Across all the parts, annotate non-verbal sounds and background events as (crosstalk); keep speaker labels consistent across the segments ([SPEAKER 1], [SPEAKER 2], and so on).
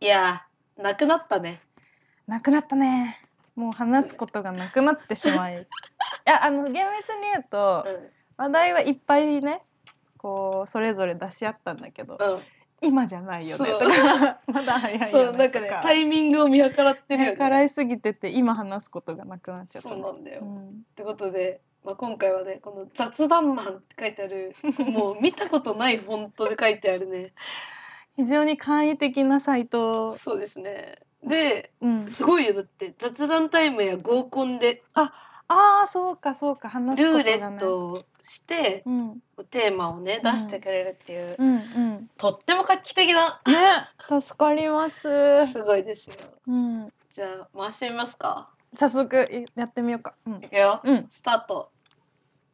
[SPEAKER 1] いやーなくなったね
[SPEAKER 2] なくなったねもう話すことがなくなってし
[SPEAKER 1] (laughs)
[SPEAKER 2] まいいやあの厳密に言うと
[SPEAKER 1] うん
[SPEAKER 2] 話題はいっぱいねこうそれぞれ出し合ったんだけど
[SPEAKER 1] うん
[SPEAKER 2] 今じゃないよね
[SPEAKER 1] そう
[SPEAKER 2] とか (laughs) まだ早いよねとか
[SPEAKER 1] そうなんかねタイミングを見計らってるよ
[SPEAKER 2] ね
[SPEAKER 1] ね
[SPEAKER 2] からいすぎてて今話すことがなくなっちゃった
[SPEAKER 1] そうなんだよ、っ
[SPEAKER 2] ん
[SPEAKER 1] てことで、まあ、今回はねこの「雑談マン」って書いてあ (laughs) るもう見たことないフォントで書いてあるね
[SPEAKER 2] 非常に簡易的なサイト、
[SPEAKER 1] そうですねで
[SPEAKER 2] うん、
[SPEAKER 1] すごいよだって雑談タイムや合コンで
[SPEAKER 2] ああそうかそうか話
[SPEAKER 1] ル
[SPEAKER 2] すこ
[SPEAKER 1] ー
[SPEAKER 2] と
[SPEAKER 1] レ
[SPEAKER 2] が
[SPEAKER 1] ッ
[SPEAKER 2] ね
[SPEAKER 1] トをして
[SPEAKER 2] うんうん
[SPEAKER 1] テーマをね
[SPEAKER 2] うん
[SPEAKER 1] 出してくれるっていう、
[SPEAKER 2] うん
[SPEAKER 1] とっても画期的な
[SPEAKER 2] ね助かります、
[SPEAKER 1] すごいですよ
[SPEAKER 2] うん、
[SPEAKER 1] じゃあ回してみますか
[SPEAKER 2] 早速いやってみようかうん
[SPEAKER 1] いくよ
[SPEAKER 2] うん
[SPEAKER 1] スタート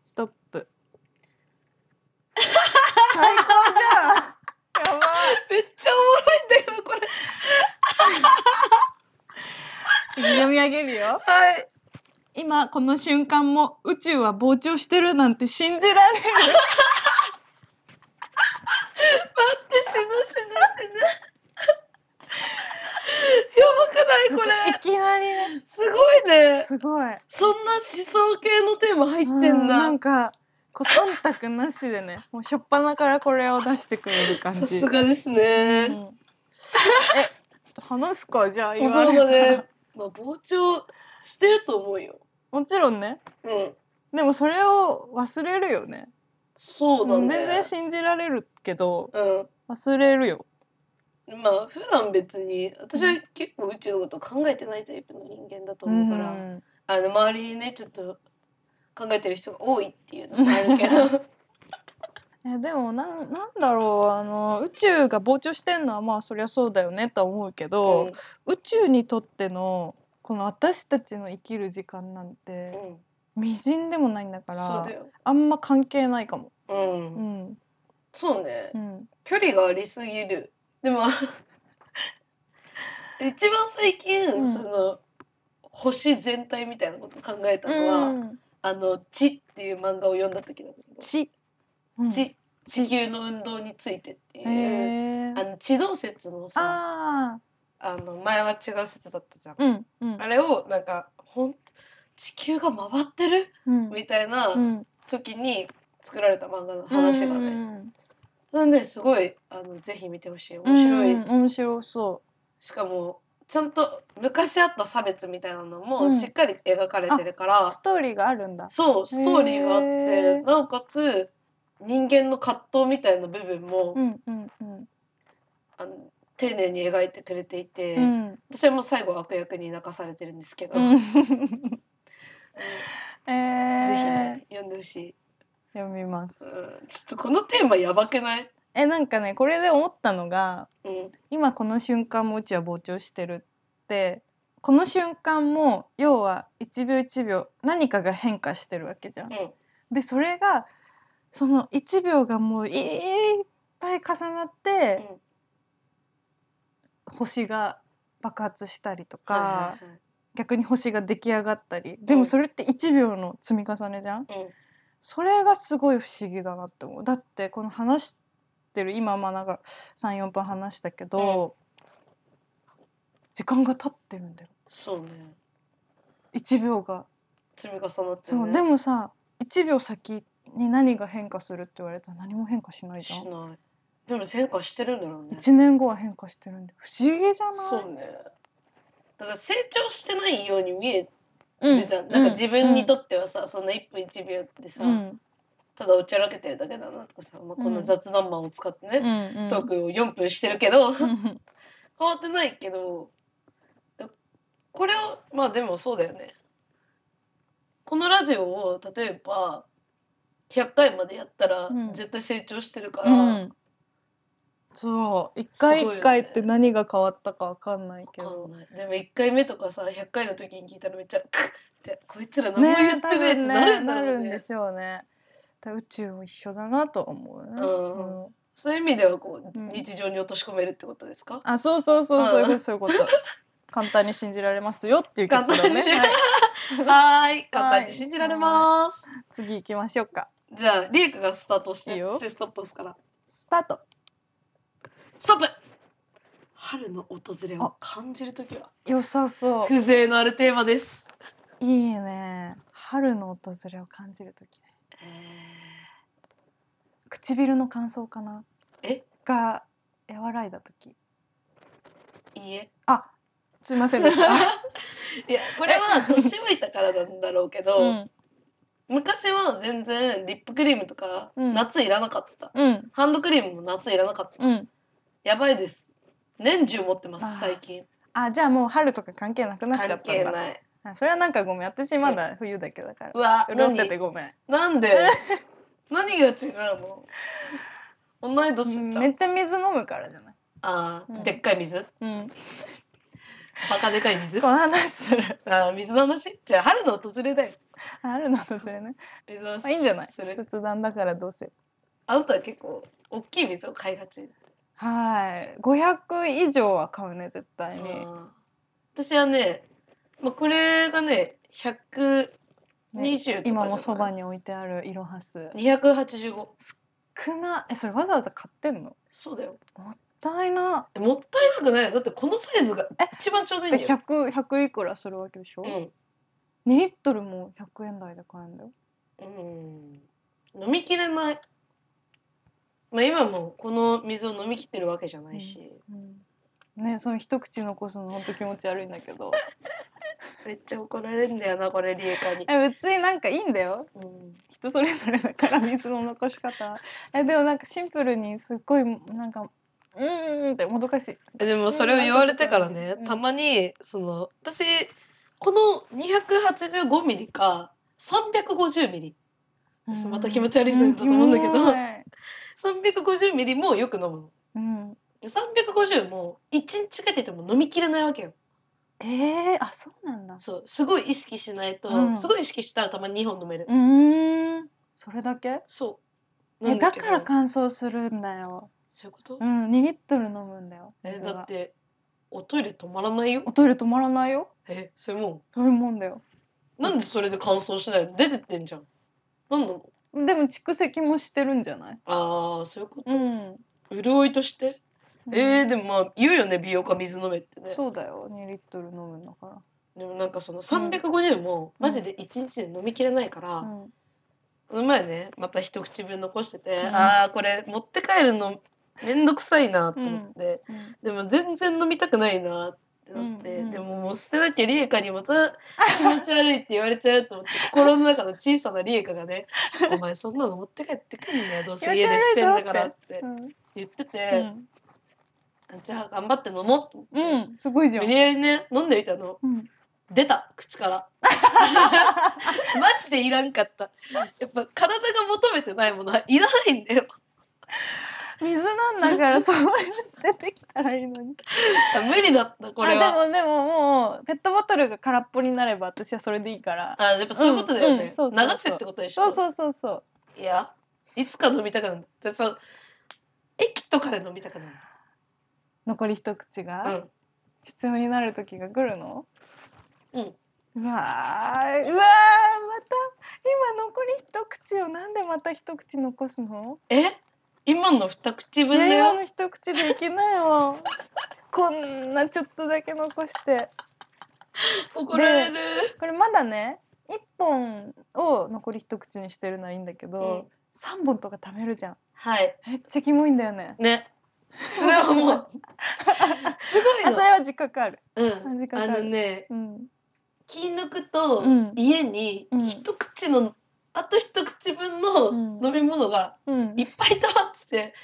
[SPEAKER 2] ストップ。最高じゃん。やば
[SPEAKER 1] (laughs) めっちゃおもろいんだけどこれ
[SPEAKER 2] い。読み上げるよ。
[SPEAKER 1] はい
[SPEAKER 2] 今この瞬間も宇宙は膨張してるなんて信じられる。
[SPEAKER 1] 待って死ぬ死ぬ死ぬやばくないこ
[SPEAKER 2] いきなりね。
[SPEAKER 1] れすごいね
[SPEAKER 2] すごい。
[SPEAKER 1] そんな思想系のテーマ入って
[SPEAKER 2] うん
[SPEAKER 1] ん
[SPEAKER 2] な
[SPEAKER 1] だ
[SPEAKER 2] んかこう忖度なしでね、もう初っ端からこれを出してくれる感じ。
[SPEAKER 1] さすがです
[SPEAKER 2] う
[SPEAKER 1] ね、
[SPEAKER 2] ん。え、話すかじゃあ
[SPEAKER 1] そう
[SPEAKER 2] 言われ
[SPEAKER 1] だ
[SPEAKER 2] た
[SPEAKER 1] ね
[SPEAKER 2] ら。
[SPEAKER 1] まあ膨張してると思うよ
[SPEAKER 2] もちろんね。
[SPEAKER 1] うん
[SPEAKER 2] でもそれを忘れるよね。
[SPEAKER 1] そうだ
[SPEAKER 2] うん
[SPEAKER 1] ね
[SPEAKER 2] 全然信じられるけど
[SPEAKER 1] うん
[SPEAKER 2] 忘れるよ。
[SPEAKER 1] まあ普段別に私は結構宇宙のことを考えてないタイプの人間だと思うから、
[SPEAKER 2] うん
[SPEAKER 1] あの周りにねちょっと考えてる人が多いっていうのもあるけ (laughs) ど
[SPEAKER 2] えでもなんなんだろうあの宇宙が膨張してんのはまあそりゃそうだよねとは思うけど、宇宙にとってのこの私たちの生きる時間なん
[SPEAKER 1] うん、
[SPEAKER 2] て
[SPEAKER 1] うん、
[SPEAKER 2] 微塵でもないんだか
[SPEAKER 1] そう
[SPEAKER 2] ら
[SPEAKER 1] だよ、
[SPEAKER 2] あんま関係ないかも。
[SPEAKER 1] う、
[SPEAKER 2] うんん
[SPEAKER 1] そうね
[SPEAKER 2] うん、
[SPEAKER 1] 距離がありすぎるでも (laughs) 一番最近、
[SPEAKER 2] うん
[SPEAKER 1] その星全体みたいなことを考えたのは「
[SPEAKER 2] うん
[SPEAKER 1] あの地」っていう漫画を読んだ時なんだけど
[SPEAKER 2] 地、うん
[SPEAKER 1] 地地球の運動についてって
[SPEAKER 2] へ
[SPEAKER 1] いう、
[SPEAKER 2] え
[SPEAKER 1] あの地動説のさ
[SPEAKER 2] あ
[SPEAKER 1] あの前は違う説だったじゃん。
[SPEAKER 2] ーうんうん
[SPEAKER 1] あれをなんかほん地球が回ってる
[SPEAKER 2] うん
[SPEAKER 1] みたい
[SPEAKER 2] うんう
[SPEAKER 1] なん時に作られた漫画の話が
[SPEAKER 2] う
[SPEAKER 1] ね。
[SPEAKER 2] ん
[SPEAKER 1] なんですごいあのぜひ見てほしい面白
[SPEAKER 2] うん
[SPEAKER 1] い。
[SPEAKER 2] 面白そ
[SPEAKER 1] しかもちゃんと昔あった差別みたいなの
[SPEAKER 2] う
[SPEAKER 1] も
[SPEAKER 2] ん
[SPEAKER 1] しっかり描かれてるから、
[SPEAKER 2] うストーリーがあるんだ。
[SPEAKER 1] そうストーリーがあって
[SPEAKER 2] へー
[SPEAKER 1] なおかつ人間の葛藤みたいな部分も、
[SPEAKER 2] うんうんうん
[SPEAKER 1] あの丁寧に描いてくれていて、
[SPEAKER 2] うん
[SPEAKER 1] 私はもう最後悪役に泣かされてるんですけど、
[SPEAKER 2] うん
[SPEAKER 1] ぜ
[SPEAKER 2] え
[SPEAKER 1] ひ
[SPEAKER 2] ー、
[SPEAKER 1] ね読んでほしい。
[SPEAKER 2] 読みます。
[SPEAKER 1] うんちょっとこのテーマやばくない？
[SPEAKER 2] えなんかねこれで思ったのが
[SPEAKER 1] うん。
[SPEAKER 2] 今この瞬間もうちは膨張してるってこの瞬間も要は1秒1秒何かが変化してるわけじゃん。
[SPEAKER 1] うん
[SPEAKER 2] でそれがその1秒がもういっぱい重なって、星が爆発したりとか、
[SPEAKER 1] はいはいはい
[SPEAKER 2] 逆に星が出来上がったりでもそれって1秒の積み重ねじゃ
[SPEAKER 1] う
[SPEAKER 2] ん。
[SPEAKER 1] ん
[SPEAKER 2] それがすごい不思議だなって思うだってこの話してる今まあなんか34分話したけど、時間が経ってるんだよ
[SPEAKER 1] そうね。
[SPEAKER 2] 1秒が。
[SPEAKER 1] 積み重なって
[SPEAKER 2] そ
[SPEAKER 1] ね。
[SPEAKER 2] う、でもさ1秒先に何が変化するって言われたら何も変化しないじ
[SPEAKER 1] し
[SPEAKER 2] ゃん。
[SPEAKER 1] ない。でも変化してるんだろうね。
[SPEAKER 2] 1年後は変化してるんで不思議じゃない
[SPEAKER 1] そうね。だから成長してないように見え
[SPEAKER 2] う
[SPEAKER 1] るじゃん。なんか自分にと
[SPEAKER 2] っ
[SPEAKER 1] ってはさ、そんな一分一秒ってさ、
[SPEAKER 2] うん
[SPEAKER 1] ただおちゃらけてるだけだなとかさ、まあ、この雑談マンを使って
[SPEAKER 2] うん
[SPEAKER 1] ね、
[SPEAKER 2] うん
[SPEAKER 1] トークを四分してるけど、 (laughs)
[SPEAKER 2] う
[SPEAKER 1] 変
[SPEAKER 2] ん
[SPEAKER 1] わってないけど、これをまあでもそうだよね。このラジオを例えば100回までやったら
[SPEAKER 2] うん
[SPEAKER 1] 絶対成長してるから、
[SPEAKER 2] うんそう一回一回って何が変わったかわかんないけ
[SPEAKER 1] わ
[SPEAKER 2] ど
[SPEAKER 1] かんないでも1回目とかさ100回の時に聞いたらめっちゃ「クッ」って「こいつら何も言
[SPEAKER 2] ね
[SPEAKER 1] っ
[SPEAKER 2] 多
[SPEAKER 1] てねえ」
[SPEAKER 2] 分
[SPEAKER 1] な
[SPEAKER 2] ねな
[SPEAKER 1] る
[SPEAKER 2] る
[SPEAKER 1] んだろうんね
[SPEAKER 2] でしょうねだから宇宙も一緒だなとは思うね、
[SPEAKER 1] うん
[SPEAKER 2] うん
[SPEAKER 1] そういう意味ではこう、
[SPEAKER 2] うん
[SPEAKER 1] 日常に落とし込めるってことですか
[SPEAKER 2] あそうそうそうそういうこ
[SPEAKER 1] う
[SPEAKER 2] とそういうこと簡単に信じられますよっていう結
[SPEAKER 1] 簡単
[SPEAKER 2] 論ね、
[SPEAKER 1] に
[SPEAKER 2] はい
[SPEAKER 1] はーい簡単に信じられます
[SPEAKER 2] 次行きましょうか
[SPEAKER 1] じゃあリエカがスタートして
[SPEAKER 2] いいよ
[SPEAKER 1] 私ストップ押すから
[SPEAKER 2] スタート
[SPEAKER 1] ストップ春の訪れを感じるときは
[SPEAKER 2] 良さそう
[SPEAKER 1] 風情のあるテーマです。
[SPEAKER 2] いいね春の訪れを感じる時ね唇の乾燥かな
[SPEAKER 1] え
[SPEAKER 2] が和らいだ時
[SPEAKER 1] いいえ。
[SPEAKER 2] あすいませんで (laughs) した、
[SPEAKER 1] (laughs) いやこれは (laughs) 年老いたからなんだろうけど、
[SPEAKER 2] うん、
[SPEAKER 1] 昔は全然リップクリームとか
[SPEAKER 2] うん
[SPEAKER 1] 夏いらなかった、
[SPEAKER 2] うん
[SPEAKER 1] ハンドクリームも夏いらなかった、
[SPEAKER 2] うん
[SPEAKER 1] やばいです年中持ってま
[SPEAKER 2] あー
[SPEAKER 1] す最近
[SPEAKER 2] あじゃあもう春とか関係なくなっちゃ
[SPEAKER 1] 関
[SPEAKER 2] ったん
[SPEAKER 1] 係
[SPEAKER 2] だ
[SPEAKER 1] ない
[SPEAKER 2] あそれはなんかごめん私まだ冬だけだから
[SPEAKER 1] うわ
[SPEAKER 2] 潤ってて
[SPEAKER 1] 何
[SPEAKER 2] ごめん
[SPEAKER 1] なん
[SPEAKER 2] (laughs)
[SPEAKER 1] で何が違うの同い年じゃん、
[SPEAKER 2] めっちゃ水飲むからじゃない
[SPEAKER 1] あー、
[SPEAKER 2] うん
[SPEAKER 1] でっかい水
[SPEAKER 2] うん
[SPEAKER 1] バカでかい水
[SPEAKER 2] この話する
[SPEAKER 1] あー水の話じゃあ春の訪れだよ
[SPEAKER 2] あるのとそれね
[SPEAKER 1] 水の
[SPEAKER 2] まあ
[SPEAKER 1] 話
[SPEAKER 2] いいんじゃない
[SPEAKER 1] する
[SPEAKER 2] 仏壇だからどうせ
[SPEAKER 1] あなたは結構大きい水を買いがち
[SPEAKER 2] はい500以上は買うね絶対に、
[SPEAKER 1] あー私はね、まあ、これがね100
[SPEAKER 2] ね
[SPEAKER 1] 20とかじゃな
[SPEAKER 2] 今
[SPEAKER 1] い
[SPEAKER 2] もそばに置いてあるいろはす
[SPEAKER 1] 285
[SPEAKER 2] くなえそれわざわざ買ってんのも
[SPEAKER 1] そうだよ
[SPEAKER 2] ったいな
[SPEAKER 1] えもったいなくないよだってこのサイズが
[SPEAKER 2] え
[SPEAKER 1] 一番ちょうどいい
[SPEAKER 2] で
[SPEAKER 1] んだよ、
[SPEAKER 2] 100, 100いくらするわけでしょ、
[SPEAKER 1] う
[SPEAKER 2] 2
[SPEAKER 1] ん
[SPEAKER 2] リットルも100円台で買えるんだよ
[SPEAKER 1] うん、飲みきれない、まあ、今もこの水を飲みきってるわけじゃないし、
[SPEAKER 2] ねその一口残すのほんと気持ち悪いんだけど
[SPEAKER 1] めっちゃ怒られるんだよなこれリエカに、
[SPEAKER 2] え別になんかいいんだよ
[SPEAKER 1] うん、
[SPEAKER 2] 人それぞれだから水の残し方 (laughs) えでもなんかシンプルにすっごいなんかうーんってもどかしい
[SPEAKER 1] えでもそれを言われてからね、
[SPEAKER 2] うん
[SPEAKER 1] たまにその私この285ミリか350ミリそうまた気持ち悪いセンスだと思うんだけど
[SPEAKER 2] キモい
[SPEAKER 1] 350ミリもよく飲むの
[SPEAKER 2] うん、
[SPEAKER 1] 350も1日かけても飲みきれないわけよ
[SPEAKER 2] えー、あそうなんだ
[SPEAKER 1] そうすごい意識しないと、
[SPEAKER 2] うん
[SPEAKER 1] すごい意識したらたまに2本飲める、
[SPEAKER 2] うーんそれだけ
[SPEAKER 1] そうな
[SPEAKER 2] え
[SPEAKER 1] んだ
[SPEAKER 2] だ
[SPEAKER 1] けど
[SPEAKER 2] から乾燥するんだよ
[SPEAKER 1] そういうこと、
[SPEAKER 2] うん2リットル飲むんだよ
[SPEAKER 1] え
[SPEAKER 2] 水
[SPEAKER 1] だ
[SPEAKER 2] が
[SPEAKER 1] っておトイレ止まらないよ
[SPEAKER 2] おトイレ止まらないよ
[SPEAKER 1] えそれも
[SPEAKER 2] そういうもんだよ
[SPEAKER 1] うなんでそれで乾燥しないの出てってんじゃんなんなの
[SPEAKER 2] でも蓄積もしてるんじゃない
[SPEAKER 1] あーそういうこと
[SPEAKER 2] うん
[SPEAKER 1] 潤いとして、えー、でもまあ言うよね美容家水飲めってね
[SPEAKER 2] そうだよ2リットル飲むんだか
[SPEAKER 1] でもなんかその350もマジで1日で飲みきれないから、
[SPEAKER 2] ら、うん、
[SPEAKER 1] この前ねまた一口分残してて、
[SPEAKER 2] うん
[SPEAKER 1] ああこれ持って帰るのめんどくさいなと思って、
[SPEAKER 2] うん
[SPEAKER 1] でも全然飲みたくないなってなって、
[SPEAKER 2] うんうん
[SPEAKER 1] でももう捨てなきゃリエカにまた気持ち悪いって言われちゃう
[SPEAKER 2] (laughs)
[SPEAKER 1] と思って心の中の小さなリエカがね「お前そんなの持って帰ってくん
[SPEAKER 2] (laughs)
[SPEAKER 1] ねどうせ家で捨てんだから」って
[SPEAKER 2] うん
[SPEAKER 1] 言って
[SPEAKER 2] う
[SPEAKER 1] て、
[SPEAKER 2] ん
[SPEAKER 1] じゃあ頑張って飲もうと思って、
[SPEAKER 2] うん、すごいじゃん
[SPEAKER 1] 無理、やりね飲んでみたの
[SPEAKER 2] うん、
[SPEAKER 1] 出た口から
[SPEAKER 2] (laughs)
[SPEAKER 1] マジでいらんかったやっぱ体が求めてないものはいらないんだよ
[SPEAKER 2] 水なんだからそういうの捨ててきたらいいの (laughs) に
[SPEAKER 1] あ無理だったこれは
[SPEAKER 2] あでもでももうペットボトルが空っぽになれば私はそれでいいから
[SPEAKER 1] あやっぱそういうことだよね、
[SPEAKER 2] うんうんそうそうそう
[SPEAKER 1] 流せってことでしょ
[SPEAKER 2] そうそうそうそう
[SPEAKER 1] いやいつか飲みたくなるでそう駅とかで飲みたくなる
[SPEAKER 2] 残り一口が、
[SPEAKER 1] うん
[SPEAKER 2] 必要になる時が来るの
[SPEAKER 1] うん
[SPEAKER 2] うわーうわーまた今残り一口をなんでまた一口残すの
[SPEAKER 1] え今の二口
[SPEAKER 2] い
[SPEAKER 1] 分
[SPEAKER 2] や
[SPEAKER 1] だ
[SPEAKER 2] 今
[SPEAKER 1] よ
[SPEAKER 2] の一口でいきな
[SPEAKER 1] (laughs)
[SPEAKER 2] よこんなちょっとだけ残して
[SPEAKER 1] 怒られる、
[SPEAKER 2] これまだね一本を残り一口にしてるのはいいんだけど、
[SPEAKER 1] うん
[SPEAKER 2] 三本とか食べるじゃん
[SPEAKER 1] はい
[SPEAKER 2] めっちゃキモいんだよね
[SPEAKER 1] ねそれはも
[SPEAKER 2] (laughs)
[SPEAKER 1] うすご
[SPEAKER 2] あ
[SPEAKER 1] い
[SPEAKER 2] そ
[SPEAKER 1] よ
[SPEAKER 2] れは自覚ある
[SPEAKER 1] うん
[SPEAKER 2] あ
[SPEAKER 1] あ
[SPEAKER 2] る
[SPEAKER 1] のね
[SPEAKER 2] うん
[SPEAKER 1] 気抜くと、
[SPEAKER 2] うん
[SPEAKER 1] 家に
[SPEAKER 2] うん
[SPEAKER 1] 一口の、あと一口分
[SPEAKER 2] うん
[SPEAKER 1] の飲み物が
[SPEAKER 2] うん
[SPEAKER 1] いっぱい溜まってて、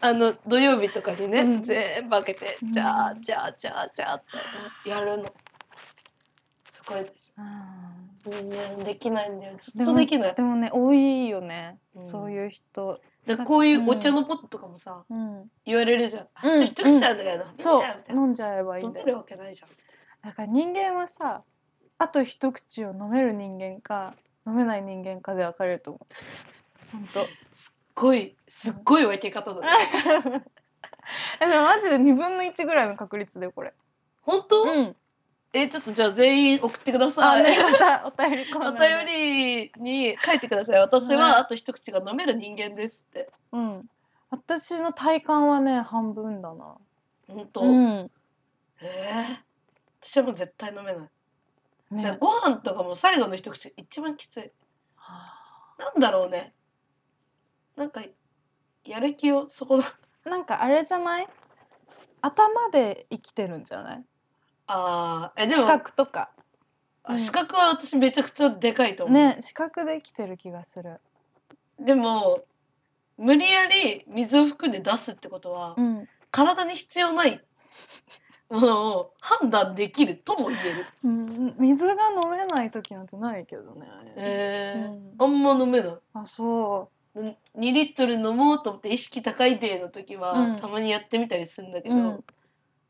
[SPEAKER 1] あの土曜日とかにね、
[SPEAKER 2] うん
[SPEAKER 1] 全部開けて
[SPEAKER 2] うん
[SPEAKER 1] じゃあじゃあじゃあじゃあってやるのすごいです
[SPEAKER 2] あー
[SPEAKER 1] 人間できないんだよずっ
[SPEAKER 2] で
[SPEAKER 1] と
[SPEAKER 2] も
[SPEAKER 1] できない
[SPEAKER 2] でもね多いよね、
[SPEAKER 1] うん
[SPEAKER 2] そういう人、
[SPEAKER 1] だからこういうお茶のポットとかもさ
[SPEAKER 2] うん、
[SPEAKER 1] 言われるじゃん、
[SPEAKER 2] うん
[SPEAKER 1] あじゃあ一口なんだから飲みな
[SPEAKER 2] そ
[SPEAKER 1] よ
[SPEAKER 2] う
[SPEAKER 1] みたいな
[SPEAKER 2] 飲んじゃえばいい
[SPEAKER 1] 飲
[SPEAKER 2] んだ
[SPEAKER 1] め
[SPEAKER 2] よ
[SPEAKER 1] るわけないじゃん
[SPEAKER 2] だから人間はさあと一口を飲める人間か飲めない人間かで分かれると思う本当
[SPEAKER 1] すっごいすっごい分け方だね、
[SPEAKER 2] (laughs) えでもマジで二分の一ぐらいの確率でこれ
[SPEAKER 1] 本当、
[SPEAKER 2] うん
[SPEAKER 1] えちょっとじゃあ全員送ってくだ
[SPEAKER 2] あ
[SPEAKER 1] さい
[SPEAKER 2] ねまたお便りコーナ
[SPEAKER 1] お
[SPEAKER 2] ーで
[SPEAKER 1] 便りに書いてください。私はあと一口が飲める人間ですって。
[SPEAKER 2] うん私の体感はね半分だな
[SPEAKER 1] 本当、
[SPEAKER 2] うん
[SPEAKER 1] ええ私はもう絶対飲めない、だから
[SPEAKER 2] ね、
[SPEAKER 1] ご飯とかも最後の一口一番きついなんだろうねなんかやる気をそこの
[SPEAKER 2] なんかあれじゃない頭で生きてるんじゃない
[SPEAKER 1] あーえでも
[SPEAKER 2] 視覚とか
[SPEAKER 1] あ視覚は私めちゃくちゃでかいと思う、
[SPEAKER 2] ね視覚で生きてる気がする、
[SPEAKER 1] でも無理やり水を含んで出すってことは、
[SPEAKER 2] うん
[SPEAKER 1] 体に必要ない (laughs) ものを判断できるとも言
[SPEAKER 2] うん、水が飲めない時なんてないけどね、
[SPEAKER 1] える、えー
[SPEAKER 2] うん
[SPEAKER 1] あんま飲めない
[SPEAKER 2] あそ
[SPEAKER 1] 2リットル飲もうと思って意識高いデーの時は、
[SPEAKER 2] うん
[SPEAKER 1] たまにやってみたりするんだ
[SPEAKER 2] う、
[SPEAKER 1] け
[SPEAKER 2] う
[SPEAKER 1] ど、
[SPEAKER 2] ん、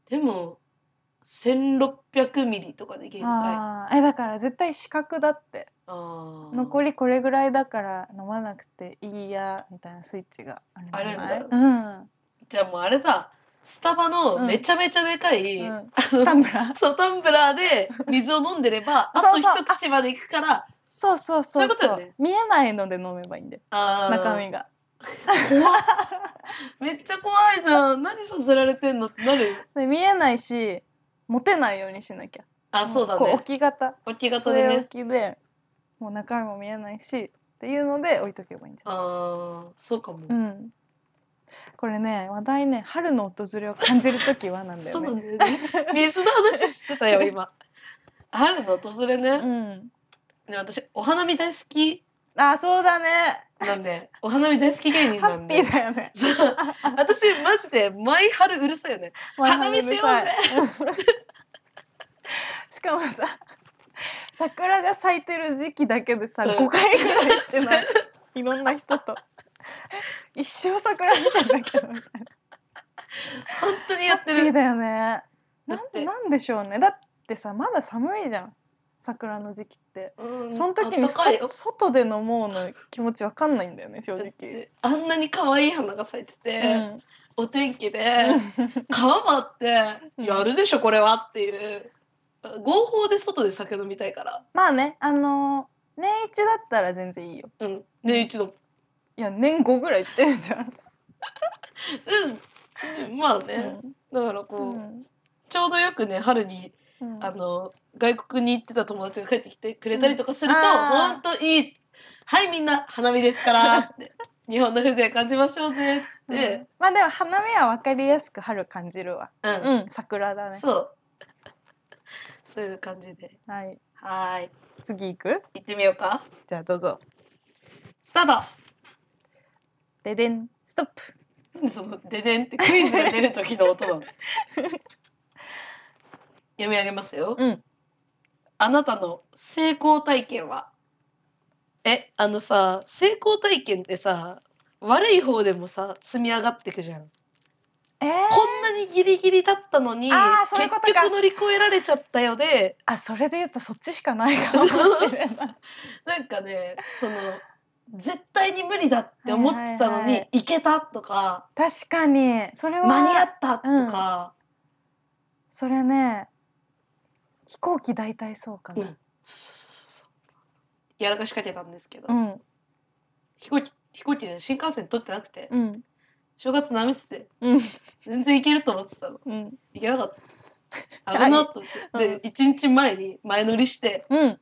[SPEAKER 1] でも1600ミリとかで限界あ
[SPEAKER 2] あーえだから絶対視覚だって
[SPEAKER 1] あー
[SPEAKER 2] 残りこれぐらいだから飲まなくていいやみたいなスイッチがあるんじゃない
[SPEAKER 1] あるん
[SPEAKER 2] うん
[SPEAKER 1] じゃあもうあれだスタバの
[SPEAKER 2] うん
[SPEAKER 1] めちゃめちゃでかい、
[SPEAKER 2] うん
[SPEAKER 1] あの
[SPEAKER 2] タンブラ
[SPEAKER 1] (laughs)
[SPEAKER 2] ー
[SPEAKER 1] そうタンブラーで水を飲んでればあと
[SPEAKER 2] (laughs) そうそう
[SPEAKER 1] 一口までいくから
[SPEAKER 2] そうそう
[SPEAKER 1] そうい
[SPEAKER 2] そ
[SPEAKER 1] う
[SPEAKER 2] う
[SPEAKER 1] ことよね
[SPEAKER 2] 見えないので飲めばいいんで
[SPEAKER 1] あー
[SPEAKER 2] 中身が
[SPEAKER 1] 怖っめっちゃ怖いじゃん何させられてんのってなるよ
[SPEAKER 2] それ見えないし持てないようにしなきゃ
[SPEAKER 1] あそうだ
[SPEAKER 2] こう
[SPEAKER 1] ね
[SPEAKER 2] 置き型
[SPEAKER 1] 置き
[SPEAKER 2] そ
[SPEAKER 1] 型で
[SPEAKER 2] れ置
[SPEAKER 1] ね
[SPEAKER 2] きでもう中身も見えないしっていうので置いとけばいいんじゃない
[SPEAKER 1] ああそうかも、
[SPEAKER 2] うんこれね話題ね春の訪れを感じる時はなんだ
[SPEAKER 1] そ
[SPEAKER 2] よ
[SPEAKER 1] う
[SPEAKER 2] ね
[SPEAKER 1] なんだよね水の話してたよ今春の訪れね、
[SPEAKER 2] うん
[SPEAKER 1] で私お花見大好き
[SPEAKER 2] あそうだね
[SPEAKER 1] なんでお花見大好き芸人
[SPEAKER 2] ハ
[SPEAKER 1] な
[SPEAKER 2] ッ
[SPEAKER 1] ん
[SPEAKER 2] ピ
[SPEAKER 1] で
[SPEAKER 2] ーだよね
[SPEAKER 1] そう私マジで毎春うるさいよね花見しよ
[SPEAKER 2] うぜしかもさ桜が咲いてる時期だけでさ、
[SPEAKER 1] うん
[SPEAKER 2] 5回ぐらい行ってないいろんな人とえ一生桜見てん
[SPEAKER 1] (laughs)
[SPEAKER 2] だけどみたい
[SPEAKER 1] 本当にや
[SPEAKER 2] な
[SPEAKER 1] って
[SPEAKER 2] ハッピー
[SPEAKER 1] る
[SPEAKER 2] だよねな
[SPEAKER 1] だって
[SPEAKER 2] んなんでしょうねだってさまだ寒いじゃん桜の時期って、
[SPEAKER 1] うん
[SPEAKER 2] その時
[SPEAKER 1] あ
[SPEAKER 2] に
[SPEAKER 1] ったかいよ
[SPEAKER 2] そ外で飲もうの気持ちわかんないんだよね正
[SPEAKER 1] だっ
[SPEAKER 2] 直、
[SPEAKER 1] てあんなに可愛い花が咲いてて、
[SPEAKER 2] うん
[SPEAKER 1] お天気で川もあってやるでしょこれはっていう合法で外で酒飲みたいから
[SPEAKER 2] まあねあのー年一だったら全然いいよ
[SPEAKER 1] うんね一度
[SPEAKER 2] いや年5ぐらい行ってるじゃん、
[SPEAKER 1] うんまあね、だからこう、
[SPEAKER 2] うん
[SPEAKER 1] ちょうどよくね春に
[SPEAKER 2] うん
[SPEAKER 1] あの外国に行ってた友達が帰ってきてくれたりとかすると、
[SPEAKER 2] うんあー
[SPEAKER 1] ほんといい「はいみんな花見ですから」って
[SPEAKER 2] (laughs)
[SPEAKER 1] 日本の風情感じましょうねっつっ
[SPEAKER 2] う
[SPEAKER 1] て
[SPEAKER 2] ん、まあでも花見は分かりやすく春感じるわ
[SPEAKER 1] うん、
[SPEAKER 2] うん桜だね
[SPEAKER 1] そうそういう感じで
[SPEAKER 2] はい
[SPEAKER 1] はーい
[SPEAKER 2] 次行く
[SPEAKER 1] 行ってみようか
[SPEAKER 2] じゃあどうぞ
[SPEAKER 1] スタート
[SPEAKER 2] ででんストップ
[SPEAKER 1] なんでその「ででん」ってクイズが出る時の音 (laughs) なの読み上げますよ、
[SPEAKER 2] うん
[SPEAKER 1] あなたの成功体験はえあのさ成功体験ってさ悪い方でもさ積み上がってくじゃん、
[SPEAKER 2] えー、
[SPEAKER 1] こんなにギリギリだったのに
[SPEAKER 2] あーそういうことか
[SPEAKER 1] 結局乗り越えられちゃったよで
[SPEAKER 2] あそれで言うとそっちしかないかもしれ
[SPEAKER 1] (laughs)
[SPEAKER 2] ない
[SPEAKER 1] なんかねその絶対に無理だって思ってたのに、
[SPEAKER 2] はいはいいはい
[SPEAKER 1] けたとか
[SPEAKER 2] 確かにそれは
[SPEAKER 1] 間に合ったとか、
[SPEAKER 2] それね飛行機大体そうか
[SPEAKER 1] うん
[SPEAKER 2] な
[SPEAKER 1] そうそうそうそうやらかしかけたんですけど、
[SPEAKER 2] うん
[SPEAKER 1] 飛行機飛行機で新幹線取ってなくて、
[SPEAKER 2] うん
[SPEAKER 1] 正月なめてて
[SPEAKER 2] うん
[SPEAKER 1] 全然行けると思ってたの
[SPEAKER 2] うん
[SPEAKER 1] 行けなかった
[SPEAKER 2] はい (laughs)
[SPEAKER 1] 危なっと思って、
[SPEAKER 2] うん
[SPEAKER 1] で1日前に前乗りして
[SPEAKER 2] うん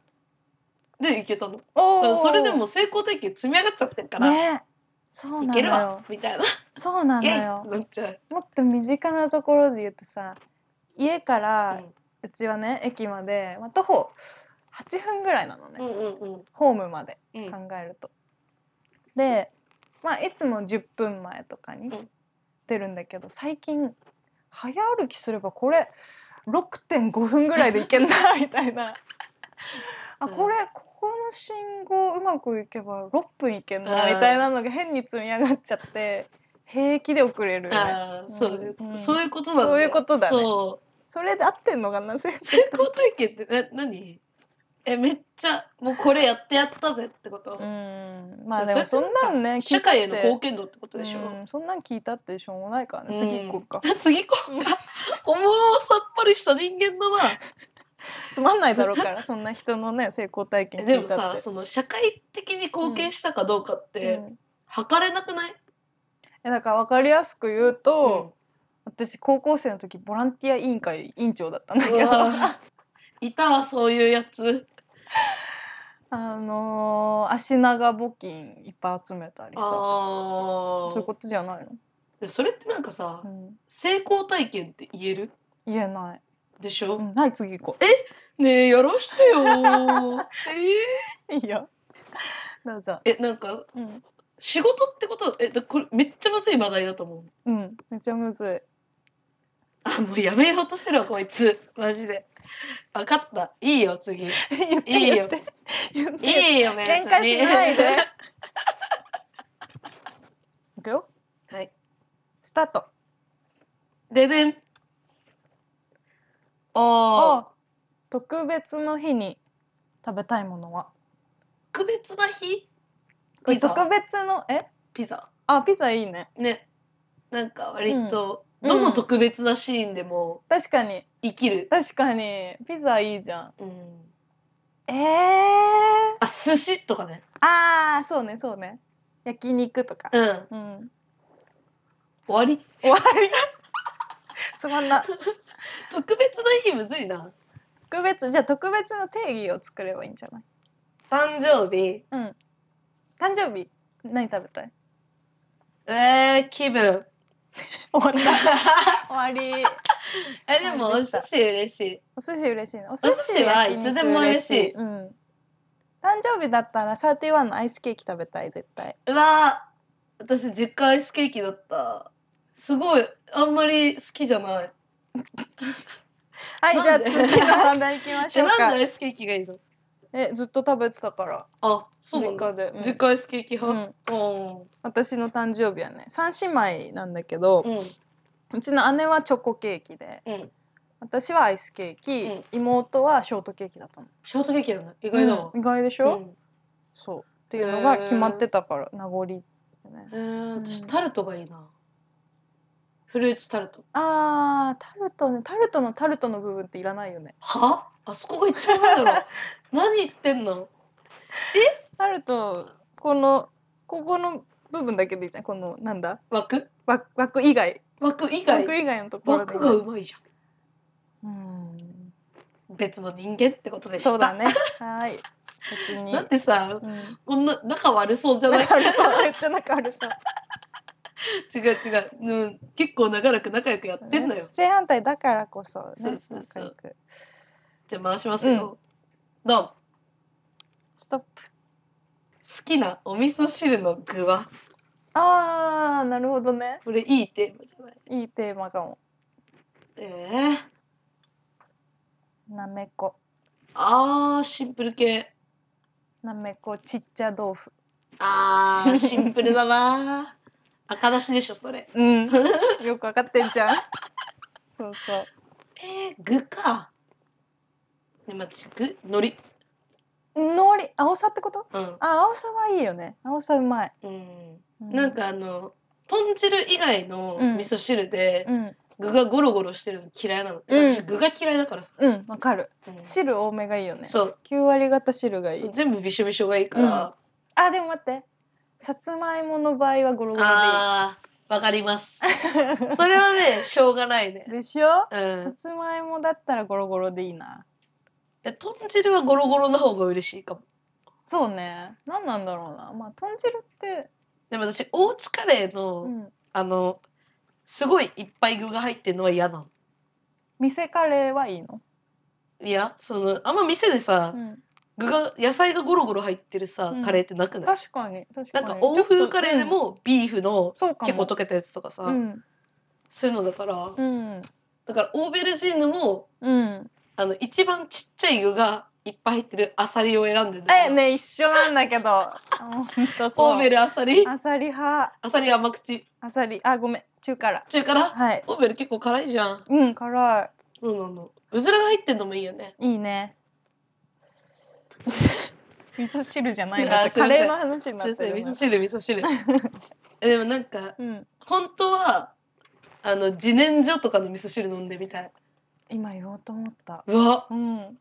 [SPEAKER 1] で行けたのだか
[SPEAKER 2] お
[SPEAKER 1] ら
[SPEAKER 2] ー
[SPEAKER 1] それでも成功体験積み上がっちゃってるから、
[SPEAKER 2] ねそう
[SPEAKER 1] 行
[SPEAKER 2] な
[SPEAKER 1] け
[SPEAKER 2] の
[SPEAKER 1] るわ
[SPEAKER 2] よ
[SPEAKER 1] みたいな
[SPEAKER 2] そうな
[SPEAKER 1] イ
[SPEAKER 2] の
[SPEAKER 1] エイ
[SPEAKER 2] よ
[SPEAKER 1] ってなっちゃう、
[SPEAKER 2] もっと身近なところで言うとさ家から
[SPEAKER 1] うん
[SPEAKER 2] うちはね駅まで、まあ、徒歩8分ぐらいなのね、
[SPEAKER 1] うんうんうん
[SPEAKER 2] ホームまで
[SPEAKER 1] うん
[SPEAKER 2] 考えると。で、まあ、いつも10分前とかに
[SPEAKER 1] うん
[SPEAKER 2] 出るんだけど最近早歩きすればこれ6.5分ぐらいで行けんなみたいな。あ
[SPEAKER 1] うん
[SPEAKER 2] これここの信号うまくいけば6分いけんな
[SPEAKER 1] うん
[SPEAKER 2] みたいなのが変に積み上がっちゃって平気で遅れる
[SPEAKER 1] ああそういう、
[SPEAKER 2] うん
[SPEAKER 1] そういうことなんだよ
[SPEAKER 2] そういうことだね
[SPEAKER 1] そ
[SPEAKER 2] それで合ってんのかな先
[SPEAKER 1] う成功体験ってな何えめっちゃもうこれやってやったぜってこと、
[SPEAKER 2] うんまあでもそ
[SPEAKER 1] それ
[SPEAKER 2] んなんね
[SPEAKER 1] 社会への貢
[SPEAKER 2] 献
[SPEAKER 1] 献度ってことでしょ、
[SPEAKER 2] うん、そんなん聞いたってしょうもないからね次行こうか、
[SPEAKER 1] うん。 (laughs) 次行こうか。思うさっぱりした人間だな。
[SPEAKER 2] つまんないだろうからそんな人のね成功体験
[SPEAKER 1] で
[SPEAKER 2] 聞
[SPEAKER 1] も
[SPEAKER 2] いたっ
[SPEAKER 1] さ、
[SPEAKER 2] て
[SPEAKER 1] その社会的に貢献したかどうかっ
[SPEAKER 2] うん
[SPEAKER 1] て、測れなくない、
[SPEAKER 2] えだから分かりやすく言うと、私高校生の時ボランティア委員会委員長だったんだけ
[SPEAKER 1] う
[SPEAKER 2] ど
[SPEAKER 1] わー (laughs) いたわそういうやつ
[SPEAKER 2] あのー足長募金いっぱい集めたりさ
[SPEAKER 1] あ
[SPEAKER 2] そういうことじゃないの、
[SPEAKER 1] とそれってなんかさ
[SPEAKER 2] うん、
[SPEAKER 1] 成功体験って言える
[SPEAKER 2] 言えない、
[SPEAKER 1] でしょ、
[SPEAKER 2] うん、はい次行こ
[SPEAKER 1] ねえやらして
[SPEAKER 2] (laughs)
[SPEAKER 1] よー
[SPEAKER 2] ういいよどうぞ
[SPEAKER 1] えーえなんか
[SPEAKER 2] うん、
[SPEAKER 1] 仕事ってことえだこれめっちゃむずい話題だと思う
[SPEAKER 2] うん、めっちゃむずい
[SPEAKER 1] (laughs) あもうやめようとしてるわこいつマジで分かったいいよ次い
[SPEAKER 2] 言って
[SPEAKER 1] いいよ
[SPEAKER 2] 言って言って
[SPEAKER 1] いよ別
[SPEAKER 2] 喧
[SPEAKER 1] に
[SPEAKER 2] 嘩しないでいくよ
[SPEAKER 1] (laughs) はい
[SPEAKER 2] スタート
[SPEAKER 1] ででんおー
[SPEAKER 2] お特別の日に食べたいものは
[SPEAKER 1] 特別な日
[SPEAKER 2] これ
[SPEAKER 1] ピザ
[SPEAKER 2] 特別のえ
[SPEAKER 1] ピザ
[SPEAKER 2] あピザいいね
[SPEAKER 1] ねなんか割と、
[SPEAKER 2] うん
[SPEAKER 1] ど
[SPEAKER 2] う
[SPEAKER 1] の
[SPEAKER 2] ん
[SPEAKER 1] 特別なシーンでも
[SPEAKER 2] 確かに
[SPEAKER 1] 生きる、
[SPEAKER 2] 確かにピザいいじゃん
[SPEAKER 1] うん、
[SPEAKER 2] えー、
[SPEAKER 1] あ寿司とかね
[SPEAKER 2] あーそうねそうね焼肉とか
[SPEAKER 1] うん
[SPEAKER 2] うん
[SPEAKER 1] 終わり
[SPEAKER 2] 終わり (laughs) つまんな
[SPEAKER 1] 特別な日むずいな
[SPEAKER 2] 特別じゃあ特別の定義を作ればいいんじゃない
[SPEAKER 1] 誕生日
[SPEAKER 2] うん誕生日何食べたい
[SPEAKER 1] えー、気分
[SPEAKER 2] 終わった
[SPEAKER 1] (laughs)
[SPEAKER 2] 終わり
[SPEAKER 1] えでもお寿司嬉しい
[SPEAKER 2] お寿司嬉しいなお寿
[SPEAKER 1] 寿司はい
[SPEAKER 2] 焼肉
[SPEAKER 1] つでも嬉しい
[SPEAKER 2] うん、誕生日だったらサーティワンのアイスケーキ食べたい絶対
[SPEAKER 1] うわー私実家アイスケーキだったすごいあんまり好きじゃない
[SPEAKER 2] はいじ
[SPEAKER 1] な
[SPEAKER 2] ゃあ
[SPEAKER 1] んで
[SPEAKER 2] 次の話題行きま
[SPEAKER 1] (laughs)
[SPEAKER 2] し
[SPEAKER 1] え
[SPEAKER 2] ょう
[SPEAKER 1] なんでア
[SPEAKER 2] か
[SPEAKER 1] イスケーキがいいの
[SPEAKER 2] えずっと食べてたから
[SPEAKER 1] あそうな
[SPEAKER 2] 実
[SPEAKER 1] んだ
[SPEAKER 2] 家で、うん
[SPEAKER 1] 実家アイスケーキ
[SPEAKER 2] う
[SPEAKER 1] 派
[SPEAKER 2] ん、
[SPEAKER 1] うん
[SPEAKER 2] 私の誕生日はね三姉妹なんだけど、
[SPEAKER 1] うん
[SPEAKER 2] うちの姉はチョコケーキで
[SPEAKER 1] うん
[SPEAKER 2] 私はアイスケーキ、
[SPEAKER 1] うん
[SPEAKER 2] 妹はショートケーキだったの
[SPEAKER 1] ショートケーキなんだ意外だわ
[SPEAKER 2] うん意外でし
[SPEAKER 1] う
[SPEAKER 2] ょ、
[SPEAKER 1] ん
[SPEAKER 2] そうっていうのが決まってたから名残でね
[SPEAKER 1] えー、
[SPEAKER 2] うん
[SPEAKER 1] 私タルトがいいなフルーツタルト
[SPEAKER 2] あータルトねタルトのタルトの部分っていらないよね
[SPEAKER 1] はあそこが一番いいだろ
[SPEAKER 2] (laughs)
[SPEAKER 1] 何言ってんの
[SPEAKER 2] タルトこのここの部分だけでいいじゃんこのなんだ
[SPEAKER 1] 枠
[SPEAKER 2] 枠枠以外
[SPEAKER 1] 枠以外
[SPEAKER 2] 枠以外のところで
[SPEAKER 1] 枠がうまいじゃ
[SPEAKER 2] うん
[SPEAKER 1] ん別の人間ってことでした
[SPEAKER 2] そうだねはーい別に
[SPEAKER 1] だってさ
[SPEAKER 2] うん
[SPEAKER 1] こんな仲悪そうじゃない
[SPEAKER 2] 仲悪そうめっちゃ仲悪そう
[SPEAKER 1] (laughs) 違う違う、うん、結構長らく仲良くやってんのよ、
[SPEAKER 2] 正反対だからこそ、ね、
[SPEAKER 1] そうそうそう
[SPEAKER 2] 仲良く
[SPEAKER 1] じゃあ回しますよ、どう好
[SPEAKER 2] ストップ
[SPEAKER 1] きなお味噌汁の具は
[SPEAKER 2] あーなるほどね
[SPEAKER 1] これいいテーマじゃない
[SPEAKER 2] いいテーマかも
[SPEAKER 1] えー、
[SPEAKER 2] なめこ
[SPEAKER 1] あーシンプル系
[SPEAKER 2] なめこちっちゃ豆腐
[SPEAKER 1] あーシンプルだな (laughs) 赤だしでしょそれ
[SPEAKER 2] うん
[SPEAKER 1] (laughs)
[SPEAKER 2] よくわかってんじゃんそうそう
[SPEAKER 1] えー、具かでも私具海苔
[SPEAKER 2] のり青さってこと
[SPEAKER 1] うん
[SPEAKER 2] あ青さはいいよね青さうまい、
[SPEAKER 1] うん
[SPEAKER 2] う
[SPEAKER 1] なんかあの豚汁以外の
[SPEAKER 2] うん
[SPEAKER 1] 味噌汁で
[SPEAKER 2] うん
[SPEAKER 1] 具がゴロゴロしてるの嫌いなの、
[SPEAKER 2] うん
[SPEAKER 1] 私具が嫌いだからさ、
[SPEAKER 2] うんわかる
[SPEAKER 1] うん
[SPEAKER 2] 汁多めがいいよね
[SPEAKER 1] そう
[SPEAKER 2] 9割型汁がい
[SPEAKER 1] そう
[SPEAKER 2] い
[SPEAKER 1] 全部びしょびしょがいいから、
[SPEAKER 2] あでも待ってさつまいもの場合はゴロゴロ
[SPEAKER 1] あーわかります
[SPEAKER 2] で (laughs) い
[SPEAKER 1] それはね (laughs) しょうがないね
[SPEAKER 2] いでしょ
[SPEAKER 1] う
[SPEAKER 2] さ
[SPEAKER 1] ん
[SPEAKER 2] つまいもだったらゴロゴロでいいな
[SPEAKER 1] え豚汁はゴロゴロの方が嬉しいかも
[SPEAKER 2] そうね何なんだろうなまあ豚汁って
[SPEAKER 1] でも私おうちカレーの、
[SPEAKER 2] うん
[SPEAKER 1] あのすごいいっぱい具が入ってるのは嫌なの
[SPEAKER 2] 店カレーはいいの
[SPEAKER 1] いやそのあんま店でさ、
[SPEAKER 2] うん
[SPEAKER 1] 具が野菜がゴロゴロ入ってるさ、
[SPEAKER 2] うん
[SPEAKER 1] カレーってなくない
[SPEAKER 2] 確かに確か
[SPEAKER 1] な
[SPEAKER 2] に
[SPEAKER 1] んか欧風カレーで
[SPEAKER 2] ちょっと
[SPEAKER 1] もビーフの
[SPEAKER 2] うんそうかも
[SPEAKER 1] 結構溶けたやつとかさ、
[SPEAKER 2] うん
[SPEAKER 1] そういうのだから、
[SPEAKER 2] うん
[SPEAKER 1] だからオーベルジーヌも
[SPEAKER 2] うん
[SPEAKER 1] あの一番ちっちゃい具がいっぱい入ってるアサリを選んでる
[SPEAKER 2] えね一緒なんだけどあ本当そ
[SPEAKER 1] オ
[SPEAKER 2] う
[SPEAKER 1] ーベルアサリ
[SPEAKER 2] あさり派
[SPEAKER 1] アサリ甘口
[SPEAKER 2] あさりあごめん中辛
[SPEAKER 1] 中辛
[SPEAKER 2] はい
[SPEAKER 1] オーベル結構辛いじゃん
[SPEAKER 2] うん辛
[SPEAKER 1] そうなのうずらが入ってんのもいいよね
[SPEAKER 2] いいいね味噌汁じゃないの
[SPEAKER 1] あすいません
[SPEAKER 2] カレーの話にな
[SPEAKER 1] 先
[SPEAKER 2] って
[SPEAKER 1] 生
[SPEAKER 2] る
[SPEAKER 1] 味
[SPEAKER 2] の
[SPEAKER 1] 噌汁味噌汁
[SPEAKER 2] (laughs)
[SPEAKER 1] えでもなんか
[SPEAKER 2] うん
[SPEAKER 1] 本当はあの自然薯とかの味噌汁飲んでみたい
[SPEAKER 2] 今言おうと思った
[SPEAKER 1] うわ
[SPEAKER 2] うん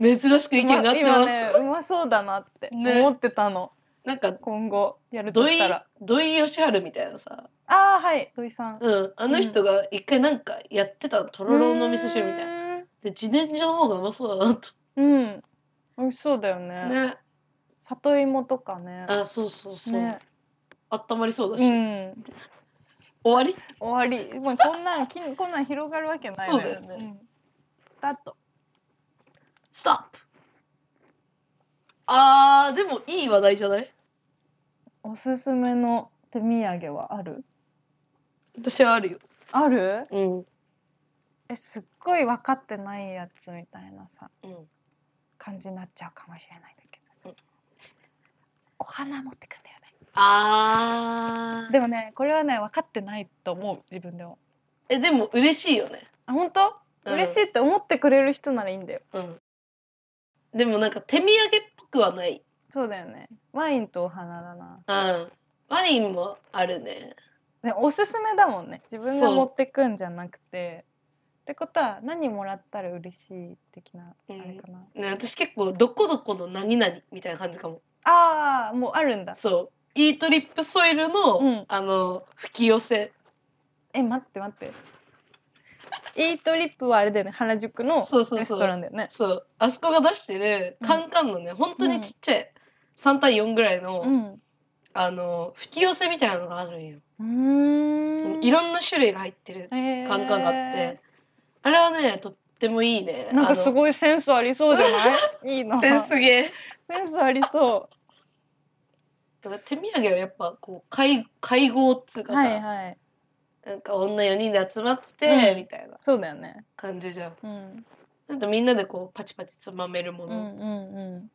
[SPEAKER 1] 珍しく意見が合ってます、
[SPEAKER 2] 今ねうまそうだなって
[SPEAKER 1] ね
[SPEAKER 2] 思ってたの
[SPEAKER 1] なんか
[SPEAKER 2] 今後やると
[SPEAKER 1] 土
[SPEAKER 2] し
[SPEAKER 1] 井
[SPEAKER 2] たら
[SPEAKER 1] 土井善治みたいなさ、
[SPEAKER 2] ああはい土井さん
[SPEAKER 1] うん、あの人が一回なんかやってたのとろろの味噌汁みたいな
[SPEAKER 2] な
[SPEAKER 1] で自然薯の方がうまそうだなと
[SPEAKER 2] うん美味しそうだよね
[SPEAKER 1] ね
[SPEAKER 2] 里芋とかね
[SPEAKER 1] あそうそうそう、
[SPEAKER 2] ね
[SPEAKER 1] あったまりそうだし、
[SPEAKER 2] うん
[SPEAKER 1] 終わ
[SPEAKER 2] 終わり、まあ、こんなんきんこんなん広がるわけないの
[SPEAKER 1] そうだよね
[SPEAKER 2] んスタート
[SPEAKER 1] りストップあーでもいい話題じゃない
[SPEAKER 2] おすすめの手土産はある
[SPEAKER 1] 私はあるよ
[SPEAKER 2] ある
[SPEAKER 1] うん、うん、
[SPEAKER 2] えすっごい分かってないやつみたいなさ感じになっちゃうかもしれないんだけどさ、
[SPEAKER 1] うん
[SPEAKER 2] お花持ってくんだよね
[SPEAKER 1] あー
[SPEAKER 2] でもねこれはね分かってないと思う自分でも
[SPEAKER 1] えでも嬉しいよね
[SPEAKER 2] あ本当、
[SPEAKER 1] うん
[SPEAKER 2] 嬉しいって思ってくれる人ならいいんだよ
[SPEAKER 1] うんでもなんか手土産っぽくはない
[SPEAKER 2] そうだよねワインとお花だな
[SPEAKER 1] うんワインもあるね
[SPEAKER 2] ね、おすすめだもんね自分が
[SPEAKER 1] そう
[SPEAKER 2] 持ってくんじゃなくてってことは何もらったら嬉しい的なあ
[SPEAKER 1] うん
[SPEAKER 2] れかな、
[SPEAKER 1] ね私結構どこどこの何々みたいな感じかも
[SPEAKER 2] ああもうあるんだ
[SPEAKER 1] そうイートリップソイルの、
[SPEAKER 2] うん
[SPEAKER 1] あの吹き寄せ
[SPEAKER 2] え待って待ってイートリップはあれだよね原宿のレ
[SPEAKER 1] そうそうそう
[SPEAKER 2] ストランだよね
[SPEAKER 1] そうあそこが出してる
[SPEAKER 2] うん
[SPEAKER 1] カンカンのね、本当にちっちゃい3対4ぐらいの、
[SPEAKER 2] うん
[SPEAKER 1] あの吹き寄せみたいなのがあるんよ、
[SPEAKER 2] うーん
[SPEAKER 1] いろんな種類が入ってる
[SPEAKER 2] えー
[SPEAKER 1] カンカンがあって、あれはねとってもいいね
[SPEAKER 2] なんかす
[SPEAKER 1] い
[SPEAKER 2] ごいセンスありそうじゃない
[SPEAKER 1] (laughs)
[SPEAKER 2] いいな
[SPEAKER 1] センスゲー
[SPEAKER 2] センスありそ
[SPEAKER 1] だから手土産はやっぱこう会会合っつう
[SPEAKER 2] う
[SPEAKER 1] かさ、
[SPEAKER 2] はいはい
[SPEAKER 1] なんか女4人で集まってて、
[SPEAKER 2] うん
[SPEAKER 1] みたいな
[SPEAKER 2] そうだよね、
[SPEAKER 1] 感じじゃん。
[SPEAKER 2] うん、
[SPEAKER 1] なんかみんなでこうパチパチつまめるも
[SPEAKER 2] う
[SPEAKER 1] の、
[SPEAKER 2] んうん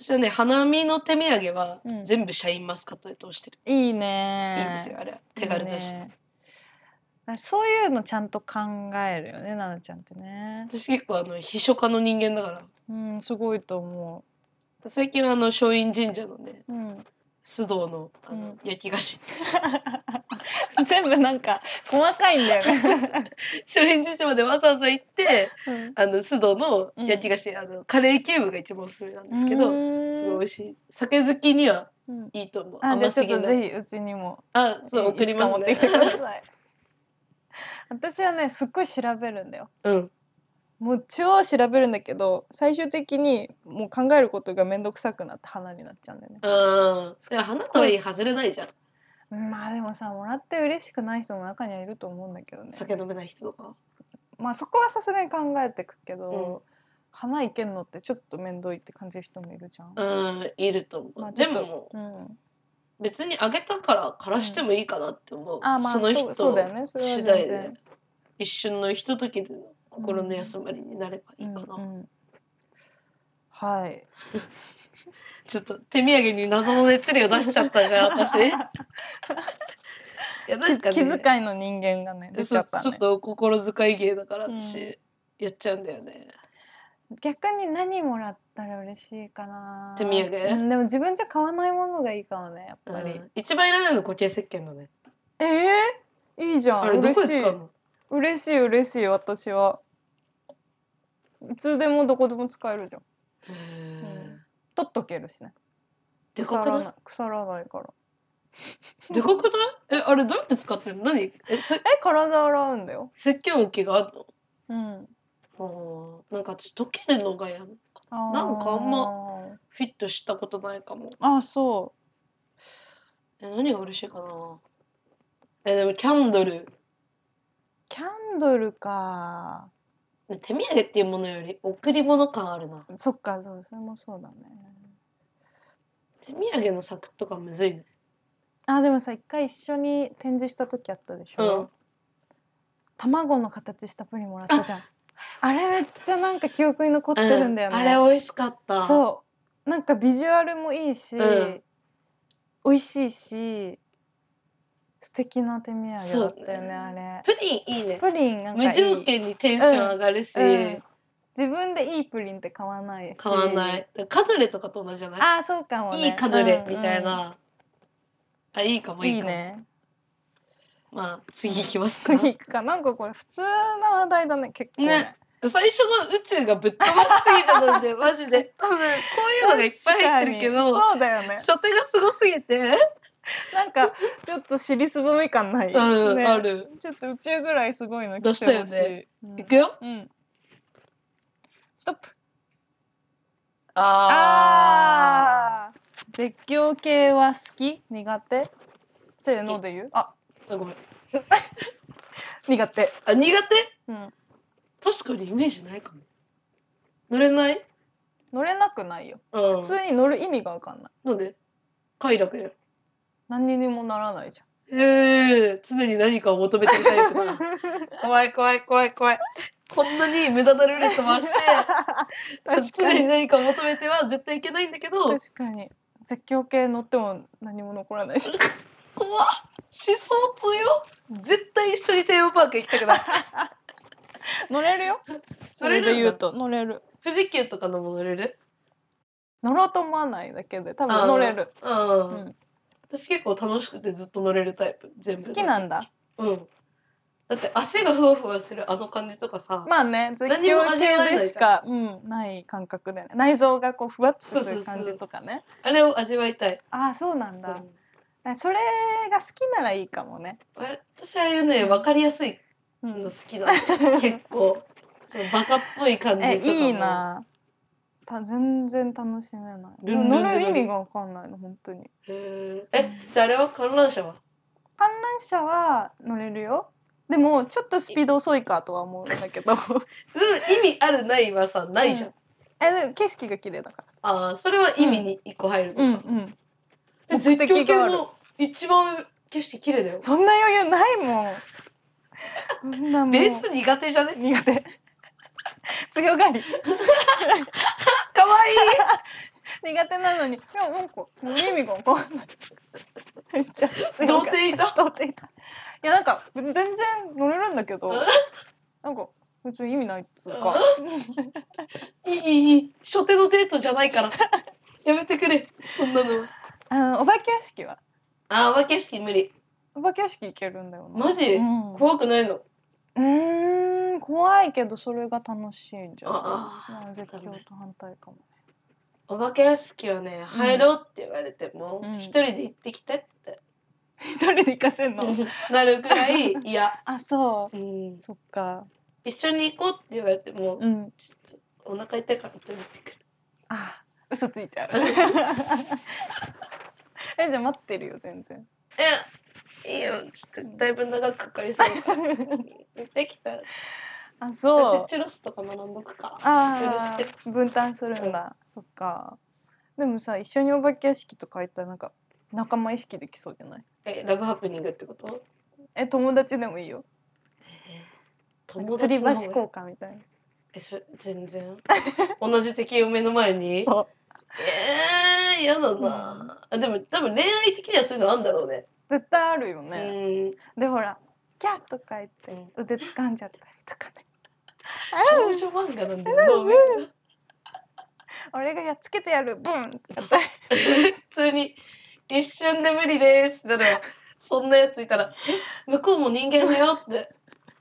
[SPEAKER 1] 私はね花見の手土産は
[SPEAKER 2] うん
[SPEAKER 1] 全部シャインマスカットで通してる、
[SPEAKER 2] うんいいね
[SPEAKER 1] いいんですよあれは手軽だし、
[SPEAKER 2] いいねだからそういうのちゃんと考えるよね奈々ちゃんってね
[SPEAKER 1] 私結構あの秘書家の人間だから
[SPEAKER 2] うんすごいと思
[SPEAKER 1] 最近はあの松陰神社のね (laughs)
[SPEAKER 2] う、うん、
[SPEAKER 1] 須藤のあの、
[SPEAKER 2] うん
[SPEAKER 1] 焼き菓子
[SPEAKER 2] 全部なんか細かいんだよね、
[SPEAKER 1] 松陰神社までわざわざ行って
[SPEAKER 2] うん、
[SPEAKER 1] あの須藤の焼き菓子、あのカレーキューブが一番おすすめなんですけど、すごい美
[SPEAKER 2] い、
[SPEAKER 1] 味しい酒好きには
[SPEAKER 2] うん、
[SPEAKER 1] いいと思う
[SPEAKER 2] あじゃあ
[SPEAKER 1] 甘
[SPEAKER 2] ち
[SPEAKER 1] す
[SPEAKER 2] ょっ
[SPEAKER 1] ぎ
[SPEAKER 2] と
[SPEAKER 1] ない
[SPEAKER 2] ぜひうちにも
[SPEAKER 1] あそう
[SPEAKER 2] い
[SPEAKER 1] 送ります
[SPEAKER 2] いつか持ってきて
[SPEAKER 1] ね
[SPEAKER 2] ください (laughs) 私はねすっごい調べるんだよ
[SPEAKER 1] うん
[SPEAKER 2] もう超調べるんだけど最終的にもう考えることが面倒くさくなって花になっちゃうんだよね
[SPEAKER 1] あーいや花とはいい外れないじゃん
[SPEAKER 2] まあでもさもらって嬉しくない人も中にはいると思うんだけどね
[SPEAKER 1] 酒飲めない人とか
[SPEAKER 2] まあそこはさすがに考えてくけど、花いけんのってちょっと面倒いって感じる人もいるじゃん、
[SPEAKER 1] うんいると思う、
[SPEAKER 2] まあち
[SPEAKER 1] で
[SPEAKER 2] ょっと
[SPEAKER 1] も
[SPEAKER 2] うん、
[SPEAKER 1] 別にあげたからからしてもいいかなって思う、
[SPEAKER 2] あまあ
[SPEAKER 1] その
[SPEAKER 2] そう
[SPEAKER 1] 人
[SPEAKER 2] そうだよねそれは
[SPEAKER 1] 次
[SPEAKER 2] 全
[SPEAKER 1] 第
[SPEAKER 2] 然
[SPEAKER 1] で一瞬のひとときでの心の休まりになればいいかな、
[SPEAKER 2] うんうんはい
[SPEAKER 1] ちょっと手土産に謎の熱量出しちゃったじゃん私
[SPEAKER 2] (laughs)
[SPEAKER 1] いやなんか、ね、
[SPEAKER 2] 気遣いの人間がね出ちゃった
[SPEAKER 1] そうちょっ
[SPEAKER 2] ね
[SPEAKER 1] とお心遣い芸だから
[SPEAKER 2] うん
[SPEAKER 1] 私、やっちゃうんだよね
[SPEAKER 2] 逆に何もらったら嬉しいかな
[SPEAKER 1] 手土産
[SPEAKER 2] うんでも自分じゃ買わないものがいいかもねやっぱり、
[SPEAKER 1] うん一番いらないの固形石鹸だね
[SPEAKER 2] えー、いいじゃん
[SPEAKER 1] あれどこで
[SPEAKER 2] 嬉しい
[SPEAKER 1] 使うの
[SPEAKER 2] 嬉しい嬉しい私はいつでもどこでも使えるじゃん
[SPEAKER 1] へー
[SPEAKER 2] うん取っとけるしね
[SPEAKER 1] でかく
[SPEAKER 2] 腐ら
[SPEAKER 1] な
[SPEAKER 2] ない腐らないから
[SPEAKER 1] いでかくないえあれどうやって使ってんの何えせ
[SPEAKER 2] え体洗うんだよ
[SPEAKER 1] 石鹸置きがある
[SPEAKER 2] うん
[SPEAKER 1] のあーなんか私溶けるのがやん
[SPEAKER 2] あー
[SPEAKER 1] なんかあんフィットしたことないかも
[SPEAKER 2] あそ
[SPEAKER 1] え何が嬉しいかなえでもキャンドル
[SPEAKER 2] うキャンドルか
[SPEAKER 1] 手土産っていうものより贈り物感あるな
[SPEAKER 2] そっかそうそれもそうだね
[SPEAKER 1] 手土産の作とかむずいね
[SPEAKER 2] あでもさ一回一緒に展示した時あったでしょ、
[SPEAKER 1] うん
[SPEAKER 2] 卵の形したプリンもらっ
[SPEAKER 1] (laughs)
[SPEAKER 2] たじゃんあれめっちゃなんか記憶に残ってるんだよね、
[SPEAKER 1] うあれ美味しかった
[SPEAKER 2] そうなんかビジュアルもいいし、
[SPEAKER 1] うん
[SPEAKER 2] 美味しいし素敵な手土産だったよ
[SPEAKER 1] そう
[SPEAKER 2] ね
[SPEAKER 1] ね
[SPEAKER 2] あれ
[SPEAKER 1] プリンいいね
[SPEAKER 2] プリンなんかいい
[SPEAKER 1] 無条件にテンション上がるし、
[SPEAKER 2] うん自分でいいプリンって買わないし
[SPEAKER 1] 買わないカヌレとかと同じじゃない
[SPEAKER 2] あーそうかもね
[SPEAKER 1] いいカヌレみたい
[SPEAKER 2] うんうん
[SPEAKER 1] な、あいいかもいい
[SPEAKER 2] い
[SPEAKER 1] かも
[SPEAKER 2] ね
[SPEAKER 1] まあ次行きますか
[SPEAKER 2] 次行くかなんかこれ普通な話題だね結構ね
[SPEAKER 1] ね最初の宇宙がぶっ飛ばしすぎた
[SPEAKER 2] (laughs)
[SPEAKER 1] のでマジで多分こういうのがいっぱい入ってるけ
[SPEAKER 2] 確
[SPEAKER 1] ど
[SPEAKER 2] かにそうだよね
[SPEAKER 1] 初手がすごすぎて、
[SPEAKER 2] なんかちょっと尻すぼみ感ない、
[SPEAKER 1] うん
[SPEAKER 2] ね
[SPEAKER 1] ある
[SPEAKER 2] ちょっと宇宙ぐらいすごいの来てほし
[SPEAKER 1] 出したよ
[SPEAKER 2] い、うん
[SPEAKER 1] いくよ
[SPEAKER 2] うんストップ
[SPEAKER 1] あ
[SPEAKER 2] ああー絶叫系は好き苦手せーので言うあ
[SPEAKER 1] ーあごめん
[SPEAKER 2] 苦手
[SPEAKER 1] あ苦手
[SPEAKER 2] うん
[SPEAKER 1] 確かにイメージないかも乗れない、
[SPEAKER 2] 乗れなくないよ
[SPEAKER 1] うん、
[SPEAKER 2] 普通に乗る意味がわかんない
[SPEAKER 1] なんで快楽じゃん
[SPEAKER 2] 何にもならないじ
[SPEAKER 1] ええ常に何かを求めていたいと
[SPEAKER 2] ゃん
[SPEAKER 1] か
[SPEAKER 2] 怖い怖い怖い怖い
[SPEAKER 1] (laughs) こんなに無駄なルーレット回してそう
[SPEAKER 2] (laughs) 確か
[SPEAKER 1] 常に
[SPEAKER 2] に
[SPEAKER 1] 何かを求めては絶対いけないんだけど
[SPEAKER 2] 確かに絶叫系乗っても何も残らな
[SPEAKER 1] (laughs)
[SPEAKER 2] いし
[SPEAKER 1] 怖っ思想強っ絶対一緒にテーマパーク行きたくない (laughs)
[SPEAKER 2] 乗れるよそれで言うと乗れる
[SPEAKER 1] 富士急とかのも乗れる
[SPEAKER 2] 乗ろうと思わないだけで多分乗れる
[SPEAKER 1] うん、
[SPEAKER 2] うん
[SPEAKER 1] 私結構楽しくてずっと乗れるタイプ全部
[SPEAKER 2] 好きなんだ
[SPEAKER 1] うんだって足がふわふわするあの感じとかさ、
[SPEAKER 2] まあね絶
[SPEAKER 1] 何も味わえ
[SPEAKER 2] 叫
[SPEAKER 1] ないじゃ
[SPEAKER 2] 系
[SPEAKER 1] ん
[SPEAKER 2] でしかうんない感覚でね内臓がこうふわっとす
[SPEAKER 1] そうそうそ
[SPEAKER 2] る
[SPEAKER 1] う
[SPEAKER 2] 感じとかね
[SPEAKER 1] あれを味わいたい、
[SPEAKER 2] ああそうなん
[SPEAKER 1] う
[SPEAKER 2] だ
[SPEAKER 1] ん
[SPEAKER 2] あそれが好きならいいかもね
[SPEAKER 1] あれ私ああいうね分かりやすい
[SPEAKER 2] うん
[SPEAKER 1] の好きなの結構そうバカっぽい感じとか
[SPEAKER 2] え
[SPEAKER 1] も
[SPEAKER 2] いいなた全然楽しめない
[SPEAKER 1] ルンルンルン
[SPEAKER 2] 乗る意味がわかんないの本当に
[SPEAKER 1] へーえじゃああれは観覧車は
[SPEAKER 2] 観覧車は乗れるよでもちょっとスピード遅いかとは思うんだけ
[SPEAKER 1] (laughs)
[SPEAKER 2] ど
[SPEAKER 1] うん意味あるないはさないじゃん、
[SPEAKER 2] うえでも景色が綺麗だか
[SPEAKER 1] ああそれは意味に一個入るの
[SPEAKER 2] ら
[SPEAKER 1] か、
[SPEAKER 2] うんうん
[SPEAKER 1] え
[SPEAKER 2] 目
[SPEAKER 1] 絶
[SPEAKER 2] 的があ
[SPEAKER 1] 叫
[SPEAKER 2] る
[SPEAKER 1] 系も一番景色綺麗だよ
[SPEAKER 2] そんな余裕ないもんそんなもう
[SPEAKER 1] ベース苦手じゃね
[SPEAKER 2] 苦手強が
[SPEAKER 1] (laughs)
[SPEAKER 2] り
[SPEAKER 1] かわいい
[SPEAKER 2] (laughs) 苦手なのにいやなんか乗る意味がわかんないめっちゃ強
[SPEAKER 1] 童
[SPEAKER 2] が
[SPEAKER 1] 貞
[SPEAKER 2] り
[SPEAKER 1] いた
[SPEAKER 2] 童貞いたいやなんか全然乗れるんだけど
[SPEAKER 1] うん
[SPEAKER 2] なんか別に意味ないっつうか
[SPEAKER 1] いいいいいい初手のデートじゃないから
[SPEAKER 2] (laughs)
[SPEAKER 1] やめてくれそんなのは
[SPEAKER 2] あのお化け屋敷は
[SPEAKER 1] あーお化け景色無理
[SPEAKER 2] お化け屋敷行けるんだよな
[SPEAKER 1] マジ
[SPEAKER 2] うんう
[SPEAKER 1] 怖くないの
[SPEAKER 2] ーん怖いけどそれが楽しいんじゃん
[SPEAKER 1] ああ
[SPEAKER 2] まあ絶叫と反対か
[SPEAKER 1] (laughs)
[SPEAKER 2] も
[SPEAKER 1] お化け屋敷はね
[SPEAKER 2] うん
[SPEAKER 1] 入ろうって言われても
[SPEAKER 2] うん
[SPEAKER 1] 一、人で行ってきてって、
[SPEAKER 2] 一人で行かせんの
[SPEAKER 1] なるくら
[SPEAKER 2] (laughs)
[SPEAKER 1] いいや、
[SPEAKER 2] あそう
[SPEAKER 1] うん、
[SPEAKER 2] そっか
[SPEAKER 1] 一緒に行こうって言われても、
[SPEAKER 2] うん
[SPEAKER 1] ちょっとお腹痛いから食べてくる
[SPEAKER 2] あ嘘つい
[SPEAKER 1] (laughs)
[SPEAKER 2] ちゃうえじゃあ待ってるよ
[SPEAKER 1] (laughs)
[SPEAKER 2] 全然
[SPEAKER 1] えいいよちょっとだいぶ長くかかりそうだから行ってきたら
[SPEAKER 2] あそう
[SPEAKER 1] 私チュロスとか並んどくから
[SPEAKER 2] あ
[SPEAKER 1] 許
[SPEAKER 2] あ分担するんだ、そっかでもさ一緒にお化け屋敷とか行ったらなんか仲間意識できそうじゃない
[SPEAKER 1] えラブハプニングってこと
[SPEAKER 2] え友達でもいいよ
[SPEAKER 1] 友
[SPEAKER 2] 吊り
[SPEAKER 1] 達
[SPEAKER 2] 橋
[SPEAKER 1] の
[SPEAKER 2] 交
[SPEAKER 1] 方が
[SPEAKER 2] 換みたい
[SPEAKER 1] えそ全然同じ敵を目の前に
[SPEAKER 2] な (laughs) そう
[SPEAKER 1] えー、嫌だな、あでも多分恋愛的にはそういうのあんだろうね
[SPEAKER 2] 絶対あるよね、でほら「キャー」とか言って
[SPEAKER 1] うん
[SPEAKER 2] 腕掴んじゃったりとかね
[SPEAKER 1] (laughs) うん少女漫画なんだよなお店
[SPEAKER 2] 「俺がやっつけてやるブン!」って
[SPEAKER 1] (laughs)
[SPEAKER 2] やっ
[SPEAKER 1] そ
[SPEAKER 2] た
[SPEAKER 1] う
[SPEAKER 2] り
[SPEAKER 1] が普通に一瞬で無理ですってならそんなやついたらえ向こうも人間だよって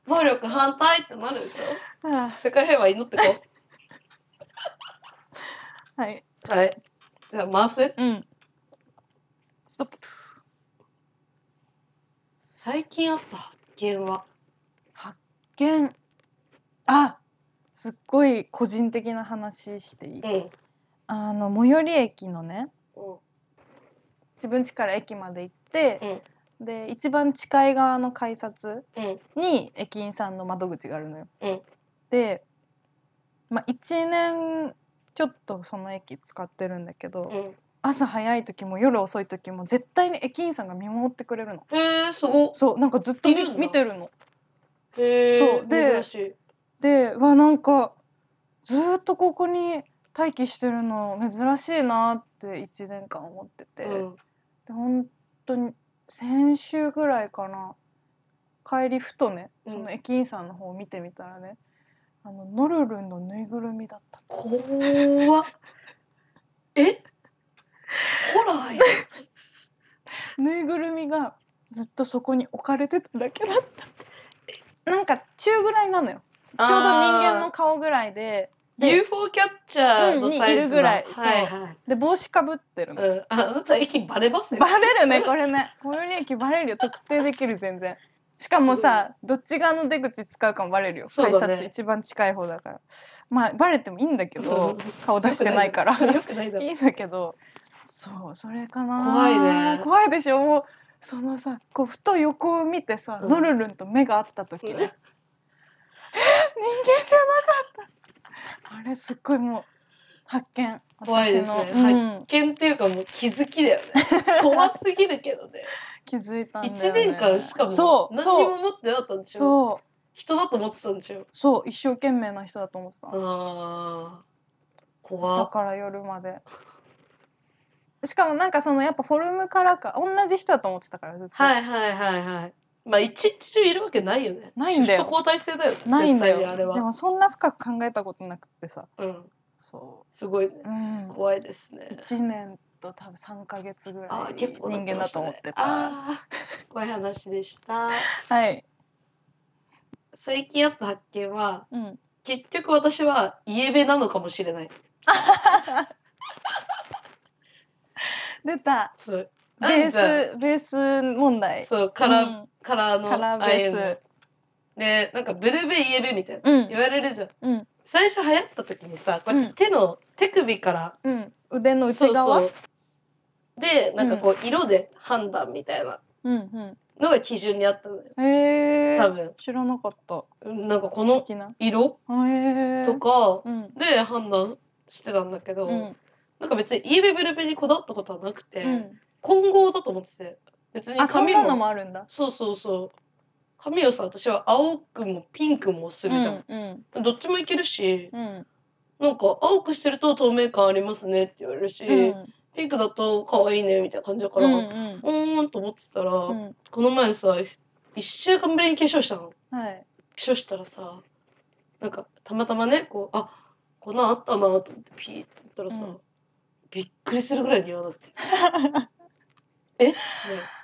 [SPEAKER 1] 暴力反対ってなるでしょ
[SPEAKER 2] あ
[SPEAKER 1] 世界平和祈ってこ
[SPEAKER 2] あはいう
[SPEAKER 1] はいじゃあ回す
[SPEAKER 2] うんストップ
[SPEAKER 1] 最近あった発見は
[SPEAKER 2] 発見あすっごい個人的な話していい、
[SPEAKER 1] うん
[SPEAKER 2] あの最寄り駅のね
[SPEAKER 1] うん
[SPEAKER 2] 自分家から駅まで行って、で一番近い側の改札
[SPEAKER 1] うん
[SPEAKER 2] に駅員さんの窓口があるのよ。
[SPEAKER 1] うん
[SPEAKER 2] で、まあ、1年ちょっとその駅使ってるんだけど、
[SPEAKER 1] うん
[SPEAKER 2] 朝早い時も夜遅い時も絶対に駅員さんが見守ってくれるの。
[SPEAKER 1] えー、すごっ
[SPEAKER 2] そうなんかずっとみ
[SPEAKER 1] いるんだ
[SPEAKER 2] 見てるの。
[SPEAKER 1] へえ
[SPEAKER 2] そうで
[SPEAKER 1] 珍しい
[SPEAKER 2] でうわなんかずーっとここに待機してるの珍しいなって1年間思ってて。
[SPEAKER 1] うん
[SPEAKER 2] で本当に先週ぐらいかな帰りふとね
[SPEAKER 1] うん
[SPEAKER 2] その駅員さんの方を見てみたらね、あのノルルンのぬいぐるみだった
[SPEAKER 1] 怖っえホラ (laughs) ーや
[SPEAKER 2] ぬいぐるみがずっとそこに置かれてただけだったなんか中ぐらいなのよ
[SPEAKER 1] あー
[SPEAKER 2] ちょうど人間の顔ぐらいでで
[SPEAKER 1] UFO キャッチャーのサイズの
[SPEAKER 2] うんにいるぐらいそう
[SPEAKER 1] はいはい
[SPEAKER 2] で帽子かぶってるの、
[SPEAKER 1] うん、あなた息バレますよ
[SPEAKER 2] バレるねこれね最寄り駅バレるよ特定できる全然しかもさどっち側の出口使うかもバレるよ、
[SPEAKER 1] そう
[SPEAKER 2] 改
[SPEAKER 1] だね
[SPEAKER 2] 札一番近い方だからまあバレてもいいんだけど
[SPEAKER 1] うん
[SPEAKER 2] 顔出してないから
[SPEAKER 1] よくないだろ
[SPEAKER 2] (laughs) いいんだけどそうそれかな
[SPEAKER 1] 怖いね
[SPEAKER 2] 怖いでしょもうそのさこうふと横を見てさ、
[SPEAKER 1] うん
[SPEAKER 2] ノルルンと目が合った時ね、
[SPEAKER 1] うん
[SPEAKER 2] え (laughs) 人間じゃなかったあれすっごいもう発見
[SPEAKER 1] 怖いですね
[SPEAKER 2] 私のうん
[SPEAKER 1] 見っていうかもう気づきだ
[SPEAKER 2] (laughs)
[SPEAKER 1] よね怖すぎるけどね
[SPEAKER 2] 気づいたんだよ、ね、
[SPEAKER 1] 一年間しかも
[SPEAKER 2] そう
[SPEAKER 1] 何に
[SPEAKER 2] そ
[SPEAKER 1] も
[SPEAKER 2] う
[SPEAKER 1] 持ってなかったんでしょ
[SPEAKER 2] そう
[SPEAKER 1] 人だと思ってたんでしょ
[SPEAKER 2] そう一生懸命な人だと思ってた、
[SPEAKER 1] あー怖
[SPEAKER 2] 朝
[SPEAKER 1] っ
[SPEAKER 2] から夜までしかもなんかそのやっぱフォルムからか同じ人だと思ってたからずっと、
[SPEAKER 1] はいはいはいはいまあ一日中いるわけないよね
[SPEAKER 2] ないんだよ
[SPEAKER 1] シフト交代制だよね
[SPEAKER 2] ないんだ
[SPEAKER 1] 絶対に
[SPEAKER 2] よ
[SPEAKER 1] あれ
[SPEAKER 2] で
[SPEAKER 1] は
[SPEAKER 2] もそんな深く考えたことなくてさ
[SPEAKER 1] うん
[SPEAKER 2] そ
[SPEAKER 1] すごいね
[SPEAKER 2] う、うん、
[SPEAKER 1] 怖いですね
[SPEAKER 2] 1年と多分3か月ぐ
[SPEAKER 1] あ
[SPEAKER 2] ら
[SPEAKER 1] ー
[SPEAKER 2] い
[SPEAKER 1] 結
[SPEAKER 2] 人
[SPEAKER 1] 構な
[SPEAKER 2] 間だと思ってた
[SPEAKER 1] あー怖い話でした
[SPEAKER 2] はい、
[SPEAKER 1] 最近あった発見は
[SPEAKER 2] うん、
[SPEAKER 1] 結局私は家ベなのかもしれない
[SPEAKER 2] 出た
[SPEAKER 1] そう
[SPEAKER 2] ベ
[SPEAKER 1] なん
[SPEAKER 2] ー
[SPEAKER 1] じゃ
[SPEAKER 2] スベース問題
[SPEAKER 1] そうカラー、
[SPEAKER 2] うん
[SPEAKER 1] カラーの
[SPEAKER 2] カラーベース
[SPEAKER 1] ああいうのでなんかブルベイエベみたいな、
[SPEAKER 2] うん
[SPEAKER 1] 言われるじゃん
[SPEAKER 2] うん
[SPEAKER 1] 最初流行った時にさこうやって
[SPEAKER 2] うん
[SPEAKER 1] 手の、手首から
[SPEAKER 2] うん、腕の内側
[SPEAKER 1] うでなんかこう色で判断みたいな
[SPEAKER 2] うん
[SPEAKER 1] のが基準にあったのよ
[SPEAKER 2] うん、えー、
[SPEAKER 1] 多分
[SPEAKER 2] 知らなかった
[SPEAKER 1] なんかこの
[SPEAKER 2] 的な
[SPEAKER 1] 色
[SPEAKER 2] えー、
[SPEAKER 1] とか
[SPEAKER 2] うん
[SPEAKER 1] で判断してたんだけど、
[SPEAKER 2] うん
[SPEAKER 1] なんか別にイエベブルベにこだわったことはなくて、
[SPEAKER 2] うん、
[SPEAKER 1] 混合だと思ってて別に
[SPEAKER 2] あそん
[SPEAKER 1] 髪
[SPEAKER 2] なの
[SPEAKER 1] も
[SPEAKER 2] もあるんだ
[SPEAKER 1] そうそうそう髪をさ私は青くもピンクもするじゃん、
[SPEAKER 2] うん
[SPEAKER 1] どっちもいけるし
[SPEAKER 2] うんうん
[SPEAKER 1] なんか青くしてると透明感ありますねって言われるし、
[SPEAKER 2] うん
[SPEAKER 1] ピンクだと可愛いねみたいな感じだか
[SPEAKER 2] う
[SPEAKER 1] ら、
[SPEAKER 2] ん
[SPEAKER 1] う
[SPEAKER 2] うん
[SPEAKER 1] ーんと思ってたら、
[SPEAKER 2] うん
[SPEAKER 1] この前さ1週間ぶりに化粧したの化
[SPEAKER 2] はい
[SPEAKER 1] 粧したらさなんかたまたまねこうあこんなんあったなと思ってピーって言ったらさ、
[SPEAKER 2] うん
[SPEAKER 1] びっくりするぐらいに言わなく
[SPEAKER 2] (laughs)
[SPEAKER 1] てえ、ね、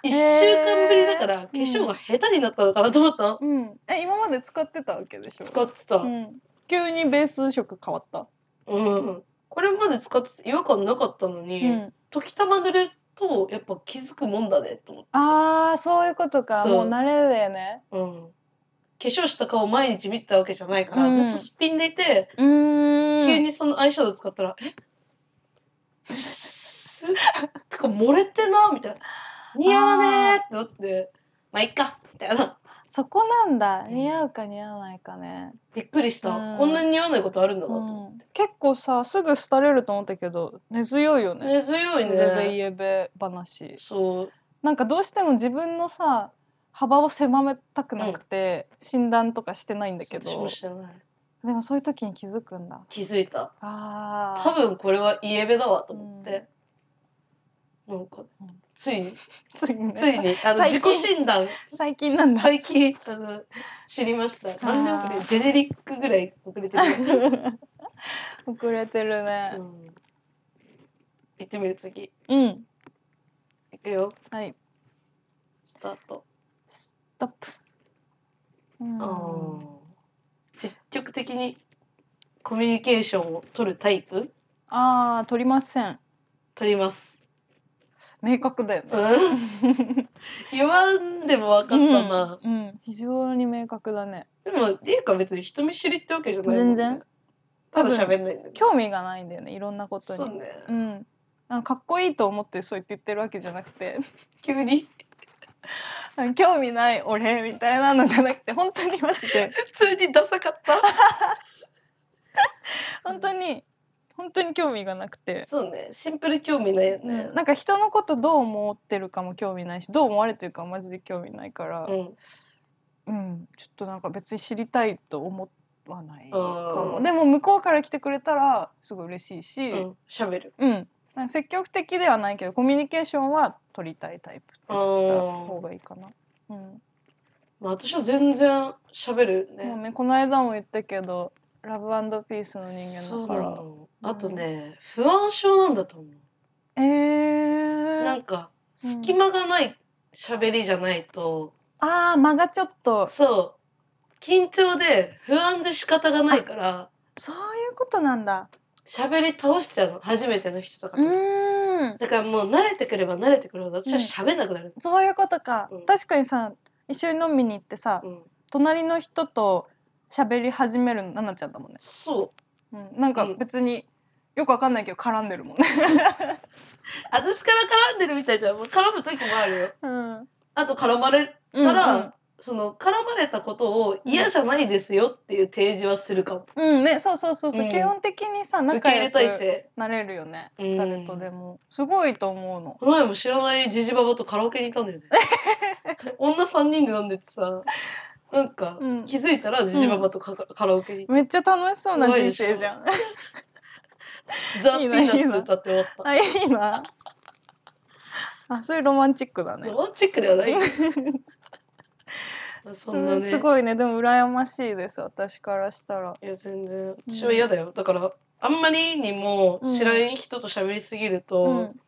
[SPEAKER 1] 1週間ぶりだから化粧が下手になったのかなと思ったの、
[SPEAKER 2] うんえ今まで使ってたわけでしょ
[SPEAKER 1] 使ってた、
[SPEAKER 2] うん、急にベース色変わった、
[SPEAKER 1] うん、これまで使ってて違和感なかったのに、
[SPEAKER 2] うん、
[SPEAKER 1] 時たま濡れとやっぱ気づくもんだねと思って、
[SPEAKER 2] ああそういうことか
[SPEAKER 1] そう
[SPEAKER 2] もう慣れだよね
[SPEAKER 1] うん、化粧した顔毎日見てたわけじゃないから、
[SPEAKER 2] うん
[SPEAKER 1] ずっとすっぴんでいて、
[SPEAKER 2] うーん
[SPEAKER 1] 急にそのアイシャドウ使ったら「えっうっす」とか漏れてなみたいな「似合わねえ」ってなって「まあいっか」みたいな
[SPEAKER 2] そこなんだ
[SPEAKER 1] うん
[SPEAKER 2] 似合うか似合わないかね、
[SPEAKER 1] びっくりした、
[SPEAKER 2] うん
[SPEAKER 1] こんなに似合わないことあるんだな
[SPEAKER 2] う
[SPEAKER 1] と思
[SPEAKER 2] ん、結構さすぐ廃れると思ったけど根強いよ
[SPEAKER 1] って、
[SPEAKER 2] ね
[SPEAKER 1] 根強い
[SPEAKER 2] イエベイ
[SPEAKER 1] ね
[SPEAKER 2] エベ話
[SPEAKER 1] そう
[SPEAKER 2] なんかどうしても自分のさ幅を狭めたくなくて、診断とかしてないんだけ
[SPEAKER 1] 私も
[SPEAKER 2] ど
[SPEAKER 1] 知らない
[SPEAKER 2] でもそういう時に気づくんだ
[SPEAKER 1] 気づいた
[SPEAKER 2] あ
[SPEAKER 1] 多
[SPEAKER 2] ー
[SPEAKER 1] 分これはイエベだわと思って、なんか、
[SPEAKER 2] うん
[SPEAKER 1] ついに
[SPEAKER 2] ついにね
[SPEAKER 1] ついにあの
[SPEAKER 2] 最
[SPEAKER 1] 自
[SPEAKER 2] 近
[SPEAKER 1] 己診断
[SPEAKER 2] 最近なん
[SPEAKER 1] (laughs)
[SPEAKER 2] だ、
[SPEAKER 1] 最近あの知りました何年遅れ
[SPEAKER 2] あー
[SPEAKER 1] ジェネリックぐらい遅れてる、
[SPEAKER 2] 遅れてる
[SPEAKER 1] う
[SPEAKER 2] ね
[SPEAKER 1] ん、行ってみる次
[SPEAKER 2] うん
[SPEAKER 1] 行くよ
[SPEAKER 2] はい
[SPEAKER 1] スタート、
[SPEAKER 2] ストップうん
[SPEAKER 1] あー積極的にコミュニケーションを取るタイプ
[SPEAKER 2] あー取りません
[SPEAKER 1] 取ります、
[SPEAKER 2] 明確だよね
[SPEAKER 1] うん (laughs) 言わんでも分かったな、
[SPEAKER 2] うんうん非常に明確だね
[SPEAKER 1] でもりえか別に人見知りってわけじゃないもん、ね、
[SPEAKER 2] 全然
[SPEAKER 1] ただ喋んないんだよね
[SPEAKER 2] 興味がないんだよねいろんなことに
[SPEAKER 1] そうね、
[SPEAKER 2] うんなんかかっこいいと思ってそう言って言ってるわけじゃなくて
[SPEAKER 1] 急に
[SPEAKER 2] 興味ない俺みたいなのじゃなくて本当にマジで
[SPEAKER 1] 普通にダサかった
[SPEAKER 2] (laughs) 本当に本当に興味がなくて、
[SPEAKER 1] そうねシンプル興味ないよね
[SPEAKER 2] うんなんか人のことどう思ってるかも興味ないしどう思われてるかもマジで興味ないから、
[SPEAKER 1] うん、
[SPEAKER 2] うん、ちょっとなんか別に知りたいと思わないか
[SPEAKER 1] う
[SPEAKER 2] も
[SPEAKER 1] ん
[SPEAKER 2] でも向こうから来てくれたらすごい嬉しいし、
[SPEAKER 1] うん、喋る
[SPEAKER 2] うん、積極的ではないけどコミュニケーションは取りたいタイプって言った方がいいかな。うん
[SPEAKER 1] まあ私は全然喋るね
[SPEAKER 2] もうねこの間も言ったけどラブピースの
[SPEAKER 1] そ
[SPEAKER 2] 人間
[SPEAKER 1] う
[SPEAKER 2] だか
[SPEAKER 1] な
[SPEAKER 2] ら。
[SPEAKER 1] のあとね、不安症なんだと思う
[SPEAKER 2] え
[SPEAKER 1] な
[SPEAKER 2] ー
[SPEAKER 1] ん、か
[SPEAKER 2] うん
[SPEAKER 1] 隙間がない喋りじゃないと、
[SPEAKER 2] あー間がちょっと
[SPEAKER 1] そう緊張で不安で仕方がないから
[SPEAKER 2] そういうことなんだ。
[SPEAKER 1] 喋り倒しちゃうの初めての人とか
[SPEAKER 2] う
[SPEAKER 1] と、
[SPEAKER 2] ーん。
[SPEAKER 1] だからもう慣れてくれば慣れてくるほど私は喋んなくなる、
[SPEAKER 2] そういうことか。
[SPEAKER 1] うん
[SPEAKER 2] 確かにさ、一緒に飲みに行ってさ、
[SPEAKER 1] うん
[SPEAKER 2] 隣の人と喋り始めるのななちゃんだもんね。
[SPEAKER 1] そう
[SPEAKER 2] うん、なんか
[SPEAKER 1] うん
[SPEAKER 2] 別によくわかんないけど絡んでるもんね。
[SPEAKER 1] (laughs) 私から絡んでるみたいじゃんもう絡む時もあるよ
[SPEAKER 2] うん。
[SPEAKER 1] あと絡まれ
[SPEAKER 2] た
[SPEAKER 1] ら、その絡まれたことを嫌じゃないですよっていう提示はするかも、
[SPEAKER 2] うん、うんね、そうそうそうそう、
[SPEAKER 1] うん
[SPEAKER 2] 基本的にさ、
[SPEAKER 1] 受け
[SPEAKER 2] 仲
[SPEAKER 1] 入
[SPEAKER 2] 良
[SPEAKER 1] れ体制
[SPEAKER 2] くなれるよね。
[SPEAKER 1] うん
[SPEAKER 2] 誰とでも、すごいと思うの。
[SPEAKER 1] この前も知らないジジババとカラオケにいたん
[SPEAKER 2] (laughs)
[SPEAKER 1] だよね。女3人で飲んでてさ、なんか
[SPEAKER 2] うん
[SPEAKER 1] 気づいたらジジババとカ,、カラオケに
[SPEAKER 2] めっちゃ楽しそうな
[SPEAKER 1] 怖い
[SPEAKER 2] 人
[SPEAKER 1] でしょ
[SPEAKER 2] 生じゃん。 (laughs)
[SPEAKER 1] ザ・ピ
[SPEAKER 2] い
[SPEAKER 1] ー
[SPEAKER 2] いな
[SPEAKER 1] ナッツ歌って終わった。
[SPEAKER 2] あ、いいな。あ、そういうロマンチックだね
[SPEAKER 1] ロ。マンチックでは
[SPEAKER 2] (laughs)
[SPEAKER 1] ない。まあそんなね。
[SPEAKER 2] うんすごいね、でも羨ましいです、私からしたら。
[SPEAKER 1] いや全然私は嫌だよ、だからあんまりにも知らない人と喋りすぎると、
[SPEAKER 2] うん、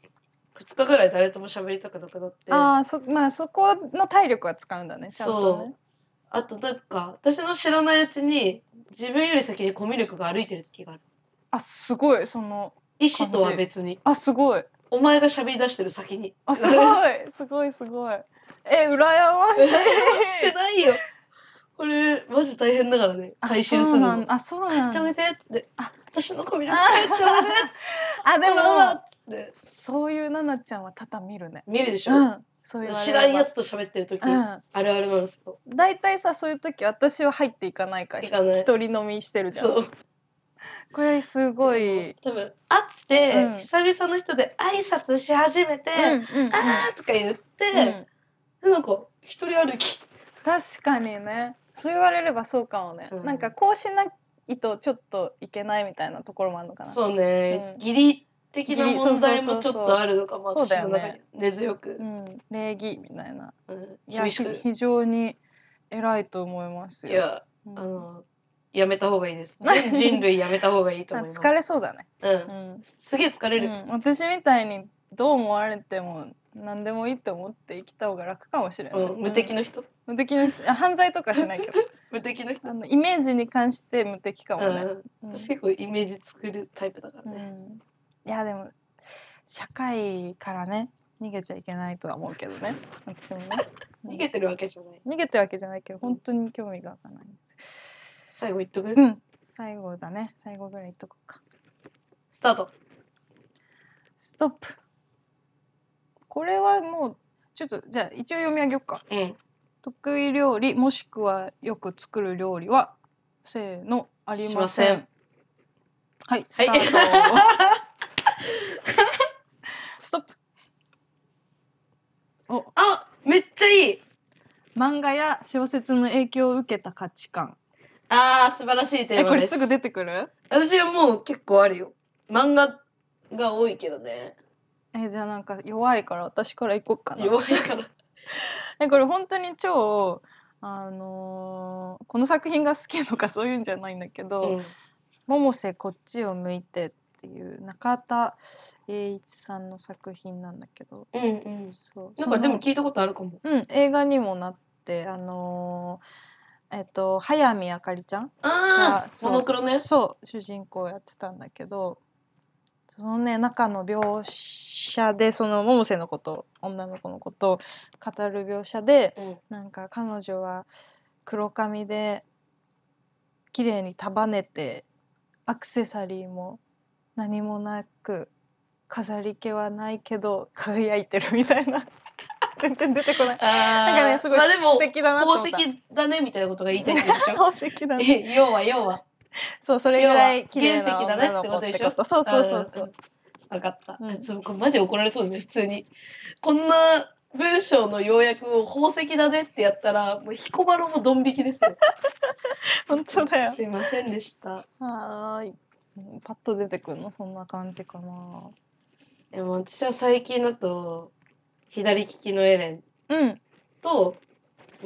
[SPEAKER 1] 2日ぐらい誰とも喋りたくなくなって
[SPEAKER 2] ああ、そ、まあ、そこの体力は使うんだね、ちゃんとね。
[SPEAKER 1] あとなんか私の知らないうちに自分より先にコミュ力が歩いてる時がある
[SPEAKER 2] あ、すごい、その、
[SPEAKER 1] 意思とは別に
[SPEAKER 2] あ、すごい。
[SPEAKER 1] お前が喋り出してる先に (laughs)
[SPEAKER 2] あ、すごい、すごい、すごい。え、羨まし
[SPEAKER 1] 羨
[SPEAKER 2] い
[SPEAKER 1] ま。しくないよこれマジ大変だからね
[SPEAKER 2] あ
[SPEAKER 1] 回収する
[SPEAKER 2] そうなん
[SPEAKER 1] の
[SPEAKER 2] あ、そうなん
[SPEAKER 1] や
[SPEAKER 2] だ
[SPEAKER 1] めてって
[SPEAKER 2] あ
[SPEAKER 1] 私のコミュ力返してやめて
[SPEAKER 2] (laughs) あで
[SPEAKER 1] でも
[SPEAKER 2] も
[SPEAKER 1] っつって
[SPEAKER 2] そういうナナちゃんは多々見るね。
[SPEAKER 1] 見るでしょ、
[SPEAKER 2] うん。そう言われれば
[SPEAKER 1] 知らんやつと喋ってる時、
[SPEAKER 2] うん。
[SPEAKER 1] あるあるなんですよ
[SPEAKER 2] だいたいさそういう時私は入っていかないから
[SPEAKER 1] 行かない
[SPEAKER 2] 一人飲みしてるじゃ
[SPEAKER 1] そ
[SPEAKER 2] ん。
[SPEAKER 1] う
[SPEAKER 2] これすごい。うん
[SPEAKER 1] 多分会って、
[SPEAKER 2] うん
[SPEAKER 1] 久々の人で挨拶し始めて「
[SPEAKER 2] うん
[SPEAKER 1] あー」とか言って、
[SPEAKER 2] うんう
[SPEAKER 1] で
[SPEAKER 2] ん。
[SPEAKER 1] なんか一人歩き
[SPEAKER 2] 確かにね。そう言われればそうかもね。
[SPEAKER 1] うん
[SPEAKER 2] なんかこうしないとちょっといけないみたいなところもあるのかな。
[SPEAKER 1] そうね、
[SPEAKER 2] うん
[SPEAKER 1] 義理的な
[SPEAKER 2] 義理そ
[SPEAKER 1] 問
[SPEAKER 2] うそう
[SPEAKER 1] 題
[SPEAKER 2] そうそう
[SPEAKER 1] もちょっとあるのかも
[SPEAKER 2] そう
[SPEAKER 1] 私
[SPEAKER 2] だよ
[SPEAKER 1] の
[SPEAKER 2] ね
[SPEAKER 1] 中に根強く、
[SPEAKER 2] うん。礼儀みたいな。
[SPEAKER 1] うん
[SPEAKER 2] いや
[SPEAKER 1] 厳し
[SPEAKER 2] ひ
[SPEAKER 1] く
[SPEAKER 2] 非常に偉いと思います
[SPEAKER 1] い
[SPEAKER 2] よ。
[SPEAKER 1] や
[SPEAKER 2] うん
[SPEAKER 1] あのやめた方がいいです全人類やめた方がいいと
[SPEAKER 2] まあ (laughs)
[SPEAKER 1] 思います
[SPEAKER 2] 疲れそうだね。
[SPEAKER 1] う
[SPEAKER 2] うんん。
[SPEAKER 1] すげえ疲れる、
[SPEAKER 2] うん、私みたいにどう思われても何でもいいって思って生きた方が楽かもしれない、
[SPEAKER 1] うん無敵
[SPEAKER 2] うん
[SPEAKER 1] の人
[SPEAKER 2] 無敵の人あ犯罪とかしない
[SPEAKER 1] (laughs)
[SPEAKER 2] けど
[SPEAKER 1] 無敵の人、
[SPEAKER 2] あのイメージに関して無敵か
[SPEAKER 1] う
[SPEAKER 2] もね、
[SPEAKER 1] ん、
[SPEAKER 2] うん
[SPEAKER 1] 私結構イメージ作るタイプだからね、
[SPEAKER 2] うんいやでも社会からね逃げちゃいけないとは思うけどね私もねうん
[SPEAKER 1] 逃げてるわけじゃない
[SPEAKER 2] 逃げてるわけじゃないけど本当に興味がわかないんです
[SPEAKER 1] 最後言っとく、
[SPEAKER 2] うん最後だね最後ぐらい言っとこうか
[SPEAKER 1] スタート
[SPEAKER 2] ストップこれはもうちょっとじゃあ一応読み上げようか
[SPEAKER 1] うん
[SPEAKER 2] 得意料理もしくはよく作る料理はせーのありません
[SPEAKER 1] しません
[SPEAKER 2] はいスタート、 (laughs) ストップ
[SPEAKER 1] あめっちゃいい
[SPEAKER 2] 漫画や小説の影響を受けた価値観
[SPEAKER 1] あー素晴らしいテー
[SPEAKER 2] えこ
[SPEAKER 1] マ
[SPEAKER 2] れ
[SPEAKER 1] です
[SPEAKER 2] すぐ出てくる
[SPEAKER 1] 私はもう結構あるよ漫画が多いけどね
[SPEAKER 2] えじゃあなんか弱いから私からいこうかな
[SPEAKER 1] 弱いから
[SPEAKER 2] えこれ本当に超あのーこの作品が好きとかそういうんじゃないんだけど、
[SPEAKER 1] うん
[SPEAKER 2] 百瀬こっちを向いてっていう中田栄一さんの作品なんだけど、
[SPEAKER 1] うんうん
[SPEAKER 2] そう
[SPEAKER 1] なんか
[SPEAKER 2] その
[SPEAKER 1] でも聞いたことあるかも
[SPEAKER 2] うん映画にもなってあのーえっと早見あかりちゃん
[SPEAKER 1] あ
[SPEAKER 2] あ
[SPEAKER 1] あ
[SPEAKER 2] そう
[SPEAKER 1] モノクロね
[SPEAKER 2] そう主人公やってたんだけどそのね中の描写でその百瀬のこと女の子のことを語る描写で
[SPEAKER 1] うん
[SPEAKER 2] なんか彼女は黒髪で綺麗に束ねてアクセサリーも何もなく飾り気はないけど輝いてるみたいな (laughs) 全然出てこない
[SPEAKER 1] あ
[SPEAKER 2] なんかねすごい
[SPEAKER 1] まあで
[SPEAKER 2] 素
[SPEAKER 1] も
[SPEAKER 2] 敵だなと思っ
[SPEAKER 1] 宝
[SPEAKER 2] た
[SPEAKER 1] 石だねみたいなことが言いたいってことでし
[SPEAKER 2] (laughs)
[SPEAKER 1] ょ
[SPEAKER 2] 宝石だね
[SPEAKER 1] え要は要は
[SPEAKER 2] そうそれぐらい綺麗
[SPEAKER 1] 要
[SPEAKER 2] な
[SPEAKER 1] は原石
[SPEAKER 2] 女
[SPEAKER 1] だね
[SPEAKER 2] の子ってこ
[SPEAKER 1] ってこと
[SPEAKER 2] とそうそうそうそ
[SPEAKER 1] そうう分かった、
[SPEAKER 2] うん
[SPEAKER 1] そうこれマジ怒られそうだね普通にこんな文章の要約を宝石だねってやったらもう彦摩呂もドン引きですよ
[SPEAKER 2] 本当だ (laughs) よ
[SPEAKER 1] すいませんでした
[SPEAKER 2] はーいうんパッと出てくるのそんな感じかな
[SPEAKER 1] でも私は最近だと左利きのエレン
[SPEAKER 2] うん
[SPEAKER 1] と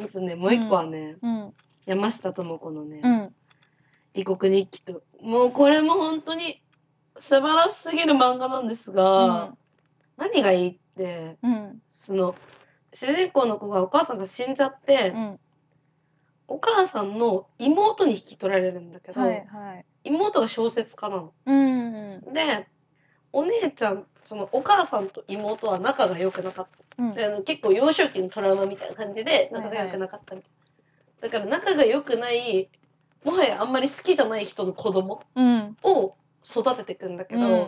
[SPEAKER 1] あとねもう一個はね、
[SPEAKER 2] うん
[SPEAKER 1] 山下智子のね、
[SPEAKER 2] うん
[SPEAKER 1] 異国日記ともうこれも本当に素晴らしすぎる漫画なんですが、何がいいって
[SPEAKER 2] うん
[SPEAKER 1] その主人公の子がお母さんが死んじゃって、
[SPEAKER 2] うん
[SPEAKER 1] お母さんの妹に引き取られるんだけど、
[SPEAKER 2] はいはい。
[SPEAKER 1] 妹が小説家なの。
[SPEAKER 2] うんうん
[SPEAKER 1] でお姉ちゃんそのお母さんと妹は仲が良くなかった。
[SPEAKER 2] うん。
[SPEAKER 1] であの結構幼少期のトラウマみたいな感じで仲が良くなかったみたいな、だから仲が良くないもはやあんまり好きじゃない人の子供
[SPEAKER 2] うん。
[SPEAKER 1] を育てていくんだけど、
[SPEAKER 2] うん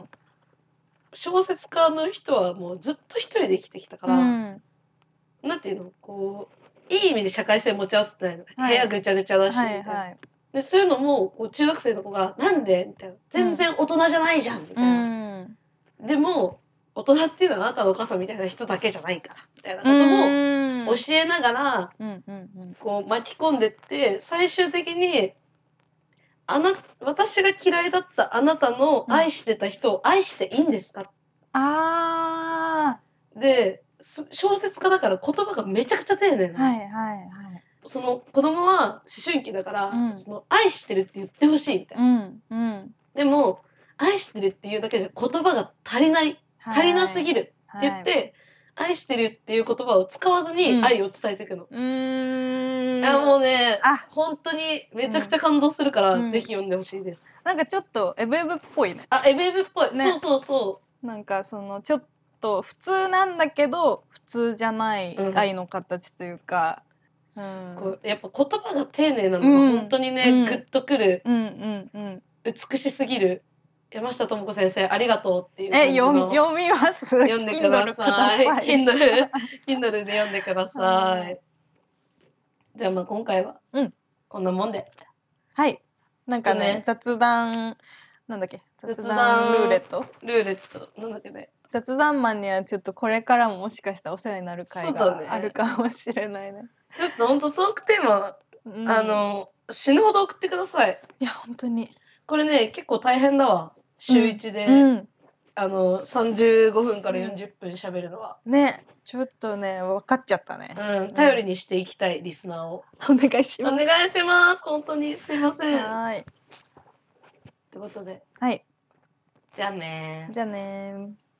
[SPEAKER 1] 小説家の人はもうずっと一人で生きてきたから、
[SPEAKER 2] うん
[SPEAKER 1] なんていうのこういい意味で社会性持ち合わせてないの、
[SPEAKER 2] はい
[SPEAKER 1] 部屋ぐちゃぐちゃだし、
[SPEAKER 2] はい
[SPEAKER 1] みたいな
[SPEAKER 2] はい。
[SPEAKER 1] でそういうのもこう中学生の子が「なんで?」みたいな「全然大人じゃないじゃん」みたいうな、
[SPEAKER 2] ん。
[SPEAKER 1] でも大人っていうのはあなたのお母さんみたいな人だけじゃないからみたいなこ
[SPEAKER 2] う
[SPEAKER 1] とも、
[SPEAKER 2] ん
[SPEAKER 1] 教えながら
[SPEAKER 2] うんうんうん。
[SPEAKER 1] こう巻き込んでって最終的にあな私が嫌いだったあなたの愛してた人を愛していいんですか、
[SPEAKER 2] あ
[SPEAKER 1] です小説家だから言葉がめちゃくちゃ丁寧
[SPEAKER 2] あ。
[SPEAKER 1] なの、
[SPEAKER 2] はいはいはい。
[SPEAKER 1] その子供は思春期だから、
[SPEAKER 2] うん
[SPEAKER 1] その愛してるって言ってほしいみたいうな、
[SPEAKER 2] んうん。
[SPEAKER 1] でも愛してるっていうだけじゃ言葉が足りない足りなすぎ
[SPEAKER 2] る。
[SPEAKER 1] るって言って、
[SPEAKER 2] はい。
[SPEAKER 1] 愛してるっていう言葉を使わずに
[SPEAKER 2] うん
[SPEAKER 1] 愛を伝えていくの、
[SPEAKER 2] うーん。
[SPEAKER 1] あもうね
[SPEAKER 2] あ
[SPEAKER 1] 本当にめちゃくちゃ感動するから、
[SPEAKER 2] うん
[SPEAKER 1] ぜひ読んでほしいです。
[SPEAKER 2] なんかちょっとエブエブっぽいね。
[SPEAKER 1] あエブエブっぽい、
[SPEAKER 2] ね
[SPEAKER 1] そうそうそ
[SPEAKER 2] なんかそのちょっと普通なんだけど普通じゃない
[SPEAKER 1] うん
[SPEAKER 2] 愛の形というか。
[SPEAKER 1] う、
[SPEAKER 2] うん
[SPEAKER 1] すっごいやっぱ言葉が丁寧なのが
[SPEAKER 2] うん
[SPEAKER 1] 本当にね、
[SPEAKER 2] うん
[SPEAKER 1] グッとくる
[SPEAKER 2] うんうんうん。
[SPEAKER 1] 美しすぎる山下智子先生ありがとうっていう感
[SPEAKER 2] え
[SPEAKER 1] じの
[SPEAKER 2] 読み読みます。
[SPEAKER 1] (laughs) 読んでくださ
[SPEAKER 2] Kindle
[SPEAKER 1] (laughs)
[SPEAKER 2] くだ
[SPEAKER 1] い。Kindle Kindle で読んでくださ。
[SPEAKER 2] はい
[SPEAKER 1] じゃあまあ今回は
[SPEAKER 2] うん
[SPEAKER 1] こんなもんで、
[SPEAKER 2] はい。なんか
[SPEAKER 1] ちょっと
[SPEAKER 2] ね
[SPEAKER 1] ね
[SPEAKER 2] 雑談なんだっけ
[SPEAKER 1] 談
[SPEAKER 2] 雑談ルーレット
[SPEAKER 1] ルーレットなんだっけね。
[SPEAKER 2] 雑談マンにはちょっとこれからももしかしたらお世話になる回
[SPEAKER 1] そうだね
[SPEAKER 2] があるかもしれないね。
[SPEAKER 1] ちょっと本当トークテーマ、
[SPEAKER 2] うん
[SPEAKER 1] あの死ぬほど送ってください。
[SPEAKER 2] いや本当に。
[SPEAKER 1] これね結構大変だわ。週一で、
[SPEAKER 2] うん。
[SPEAKER 1] あの35分から
[SPEAKER 2] うん
[SPEAKER 1] 40分喋るのは、
[SPEAKER 2] ねちょっとね分かっちゃったね。
[SPEAKER 1] うん頼りにしていきたいリスナーを、
[SPEAKER 2] お願いし
[SPEAKER 1] お
[SPEAKER 2] ます。
[SPEAKER 1] 願いします本当にすいませんっ
[SPEAKER 2] はい。
[SPEAKER 1] てことで
[SPEAKER 2] はい。
[SPEAKER 1] じゃあねー
[SPEAKER 2] じゃあねー。